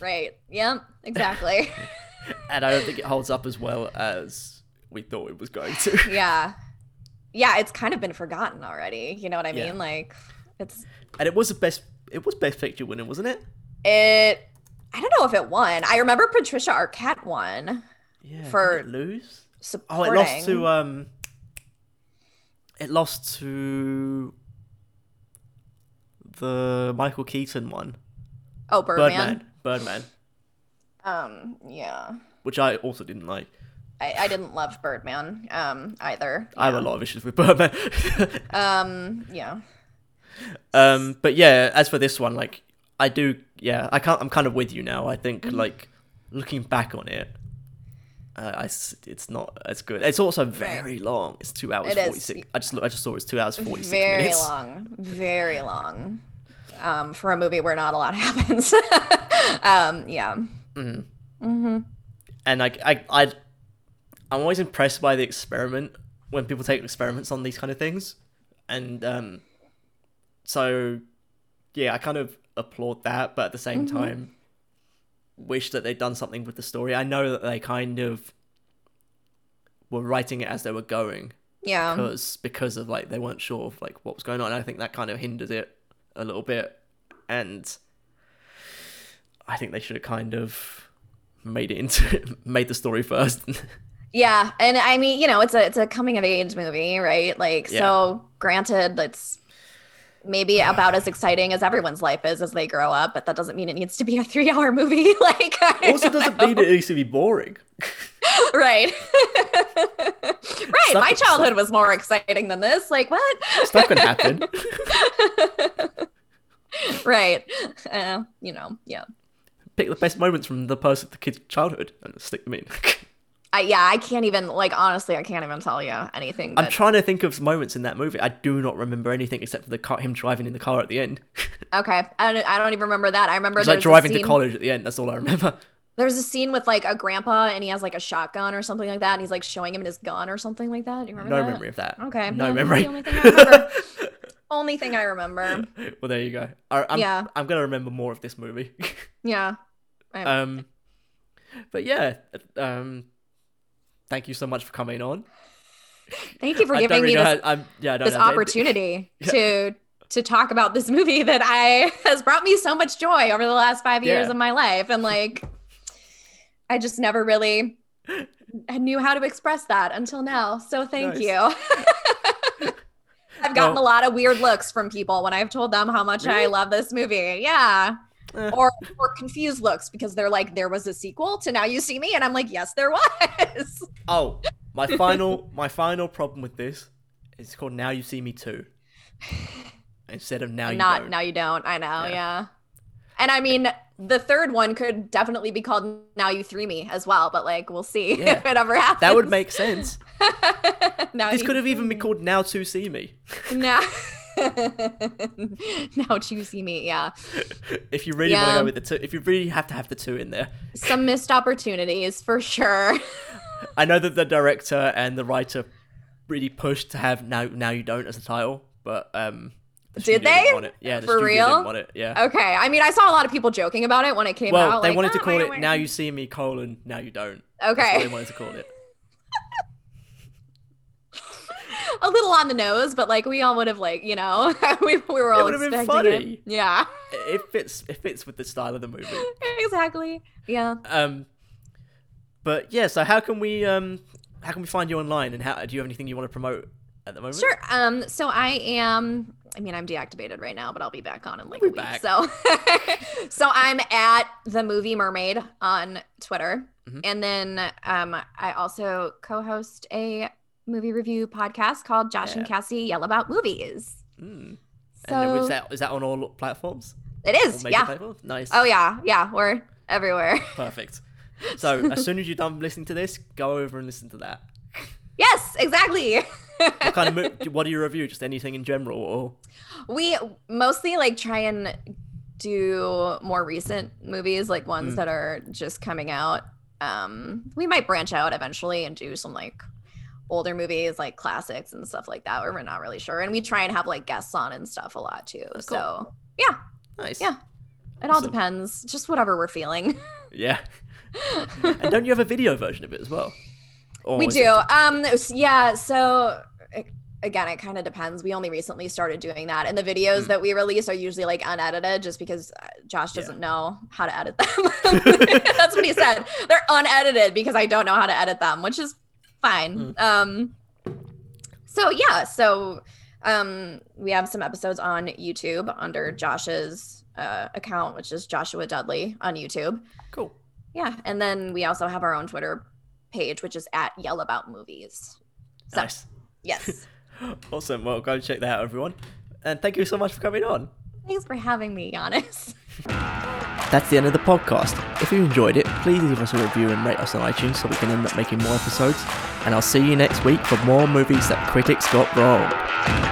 Speaker 2: Right. Yep. Exactly. [LAUGHS]
Speaker 1: and I don't think it holds up as well as we thought it was going to. [LAUGHS]
Speaker 2: yeah yeah it's kind of been forgotten already you know what i mean
Speaker 1: Yeah.
Speaker 2: like it's
Speaker 1: and it was the best. It was best picture winner, wasn't it?
Speaker 2: it i don't know if it won i remember patricia arquette won
Speaker 1: Yeah.
Speaker 2: For-
Speaker 1: didn't it lose. Oh,
Speaker 2: supporting.
Speaker 1: it lost to um. It lost to. The Michael Keaton one,
Speaker 2: oh birdman,
Speaker 1: Birdman, Birdman,
Speaker 2: um yeah
Speaker 1: which I also didn't like.
Speaker 2: I, I didn't love birdman um either
Speaker 1: I have a lot of issues with Birdman. [LAUGHS]
Speaker 2: um yeah
Speaker 1: Um, but yeah, as for this one, like I do, yeah, I can't. I'm kind of with you now. I think
Speaker 2: Mm.
Speaker 1: like looking back on it, uh, I s it's not as good. It's also very long. It's two hours
Speaker 2: It is.
Speaker 1: forty six. I just look, I just saw it's two hours forty six
Speaker 2: very
Speaker 1: minutes.
Speaker 2: long very long um for a movie where not a lot [LAUGHS] happens um yeah
Speaker 1: And like I, I, I'm always impressed by the experiment when people take experiments on these kind of things, and um, so yeah, I kind of applaud that, but at the same time, wish that they'd done something with the story. I know that they kind of were writing it as they were going
Speaker 2: yeah
Speaker 1: because because of like they weren't sure of like what was going on. I think that kind of hinders it a little bit, and I think they should have kind of made it into [LAUGHS] made the story
Speaker 2: [LAUGHS]
Speaker 1: first.
Speaker 2: Yeah, and I mean, you know, it's a it's a coming of age movie, right? Like,
Speaker 1: Yeah.
Speaker 2: so granted, it's
Speaker 1: [SIGHS]
Speaker 2: maybe about as exciting as everyone's life is as they grow up, but that doesn't mean it needs to be a [LAUGHS] three hour movie. like, I
Speaker 1: also
Speaker 2: don't
Speaker 1: doesn't
Speaker 2: know.
Speaker 1: mean it needs to be boring.
Speaker 2: [LAUGHS] right? [LAUGHS] right. My
Speaker 1: Stuff-
Speaker 2: childhood was more exciting than this. Like, what?
Speaker 1: Stuff can happen.
Speaker 2: [LAUGHS] right. Uh, you know, yeah.
Speaker 1: Pick the best moments from the person the kid's childhood and stick
Speaker 2: [LAUGHS]
Speaker 1: them in.
Speaker 2: I, yeah, I can't even like honestly, I can't even tell you anything.
Speaker 1: I'm
Speaker 2: But,
Speaker 1: trying to think of moments in that movie. I do not remember anything except for the car, him driving in the car at the end. [LAUGHS]
Speaker 2: okay, I don't, I don't even remember that. I remember
Speaker 1: It's like
Speaker 2: there's a
Speaker 1: driving to
Speaker 2: scene-
Speaker 1: college at the end. That's all I remember.
Speaker 2: There's a scene with like a grandpa and he has like a shotgun or something like that, and he's like showing him his gun or something like that. You remember
Speaker 1: no
Speaker 2: that?
Speaker 1: memory of that.
Speaker 2: Okay,
Speaker 1: No
Speaker 2: yeah, that's
Speaker 1: memory.
Speaker 2: The only thing I
Speaker 1: [LAUGHS]
Speaker 2: remember. only thing I remember.
Speaker 1: well, there you go. I, I'm,
Speaker 2: Yeah.
Speaker 1: I'm gonna remember more of this movie. [LAUGHS]
Speaker 2: Yeah. I-
Speaker 1: um, but yeah, um, thank you so much for coming on.
Speaker 2: Thank you for
Speaker 1: I don't
Speaker 2: giving
Speaker 1: really
Speaker 2: me
Speaker 1: know
Speaker 2: this,
Speaker 1: how- I'm, yeah, I don't
Speaker 2: this
Speaker 1: know how to end it.
Speaker 2: opportunity
Speaker 1: [LAUGHS] Yeah.
Speaker 2: to to talk about this movie [LAUGHS] that I has brought me so much joy over the last five years
Speaker 1: Yeah.
Speaker 2: of my life, and like I just never
Speaker 1: [LAUGHS]
Speaker 2: really knew how to express that until now. So thank
Speaker 1: Nice.
Speaker 2: you. [LAUGHS] I've gotten
Speaker 1: Well-
Speaker 2: a lot of weird looks from people when I've told them how much I
Speaker 1: Really?
Speaker 2: love this movie. Yeah.
Speaker 1: Eh.
Speaker 2: Or, or confused looks because they're like, there was a sequel to Now You See Me. And I'm like, yes, there was. [LAUGHS]
Speaker 1: Oh, my final, my final problem with this is called "Now You See Me Too" instead of "Now You
Speaker 2: Not
Speaker 1: Don't."
Speaker 2: Now You Don't. I know. Yeah.
Speaker 1: Yeah.
Speaker 2: And I mean, the third one could definitely be called Now You Three Me as well. But like, we'll see [LAUGHS]
Speaker 1: Yeah.
Speaker 2: if it ever happens.
Speaker 1: that would make
Speaker 2: [LAUGHS]
Speaker 1: sense.
Speaker 2: now
Speaker 1: This
Speaker 2: You
Speaker 1: could have
Speaker 2: Three
Speaker 1: even been called "Now to See Me" [LAUGHS]
Speaker 2: Me. [LAUGHS] Now. now you see me yeah
Speaker 1: if you really want to
Speaker 2: Yeah.
Speaker 1: go with the two. If you really have to have the two in there,
Speaker 2: some missed opportunities for sure [LAUGHS]
Speaker 1: I know that the director and the writer really pushed to have "Now Now You Don't" as a title, but um, the
Speaker 2: Did
Speaker 1: studio didn't
Speaker 2: they?
Speaker 1: want it. Yeah, the
Speaker 2: For
Speaker 1: studio
Speaker 2: real?
Speaker 1: didn't want it. Yeah.
Speaker 2: Okay. I mean, I saw a lot of people joking about it when it came
Speaker 1: well,
Speaker 2: out.
Speaker 1: they
Speaker 2: like,
Speaker 1: wanted to
Speaker 2: "Oh,
Speaker 1: call
Speaker 2: wait,
Speaker 1: it
Speaker 2: wait."
Speaker 1: "Now You See Me: colon Now You Don't." That's what they
Speaker 2: Okay.
Speaker 1: wanted to call it.
Speaker 2: [LAUGHS] A little on the nose, but like we all would have like, you know, [LAUGHS] we, we were all
Speaker 1: would've been
Speaker 2: expecting
Speaker 1: funny.
Speaker 2: it. Yeah. [LAUGHS]
Speaker 1: It fits. It fits with the style of the movie.
Speaker 2: exactly. Yeah.
Speaker 1: Um, but yeah, so how can we um how can we find you online and how do you have anything you want to promote at the moment?
Speaker 2: Sure. Um so I am I mean, I'm deactivated right now, but I'll be back on in like
Speaker 1: We'll
Speaker 2: a
Speaker 1: be back.
Speaker 2: week. So [LAUGHS] so I'm at the movie mermaid on Twitter.
Speaker 1: Mhm.
Speaker 2: And then um I also co-host a movie review podcast called Josh and
Speaker 1: Yeah.
Speaker 2: Cassie Yell About Movies.
Speaker 1: Mm.
Speaker 2: So
Speaker 1: and is that is that on all platforms?
Speaker 2: it
Speaker 1: All
Speaker 2: is.
Speaker 1: major
Speaker 2: Yeah.
Speaker 1: platforms? Nice.
Speaker 2: Oh yeah, yeah, we're everywhere. [LAUGHS]
Speaker 1: Perfect.
Speaker 3: [LAUGHS]
Speaker 1: So as soon as you're done listening to this, go over and listen to that.
Speaker 2: Yes, exactly.
Speaker 1: What kind of mo- [LAUGHS] what do you review? Just anything in general, or
Speaker 2: we mostly like try and do more recent movies, like ones
Speaker 1: Mm.
Speaker 2: that are just coming out. Um, we might branch out eventually and do some like older movies, like classics and stuff like that. Where we're not really sure, and we try and have like guests on and stuff a lot too.
Speaker 1: Oh, cool.
Speaker 2: So
Speaker 1: nice.
Speaker 2: Yeah. it all
Speaker 1: Awesome.
Speaker 2: depends, just whatever we're feeling. [LAUGHS]
Speaker 1: Yeah. and don't you have a video version of it as well? Or
Speaker 2: we
Speaker 1: is
Speaker 2: do
Speaker 1: it-
Speaker 2: um s- yeah so a- again it kind of depends we only recently started doing that and the videos
Speaker 1: Mm.
Speaker 2: that we release are usually like unedited just because uh, josh
Speaker 1: Yeah.
Speaker 2: doesn't know how to edit them [LAUGHS] that's what
Speaker 1: [LAUGHS]
Speaker 2: he said they're unedited because i don't know how to edit them which is fine
Speaker 1: Mm.
Speaker 2: um so yeah so um we have some episodes on youtube under josh's uh, account which is joshua dudley on youtube
Speaker 1: Cool.
Speaker 2: yeah, and then we also have our own Twitter page, which is at Yell About Movies. So
Speaker 1: Nice.
Speaker 2: yes,
Speaker 1: Awesome. Well, go check that out, everyone. And thank you so much for coming on.
Speaker 2: thanks for having me, Giannis.
Speaker 3: That's the end of the podcast. If you enjoyed it, please leave us a review and rate us on iTunes so we can end up making more episodes. And I'll see you next week for more movies that critics got wrong.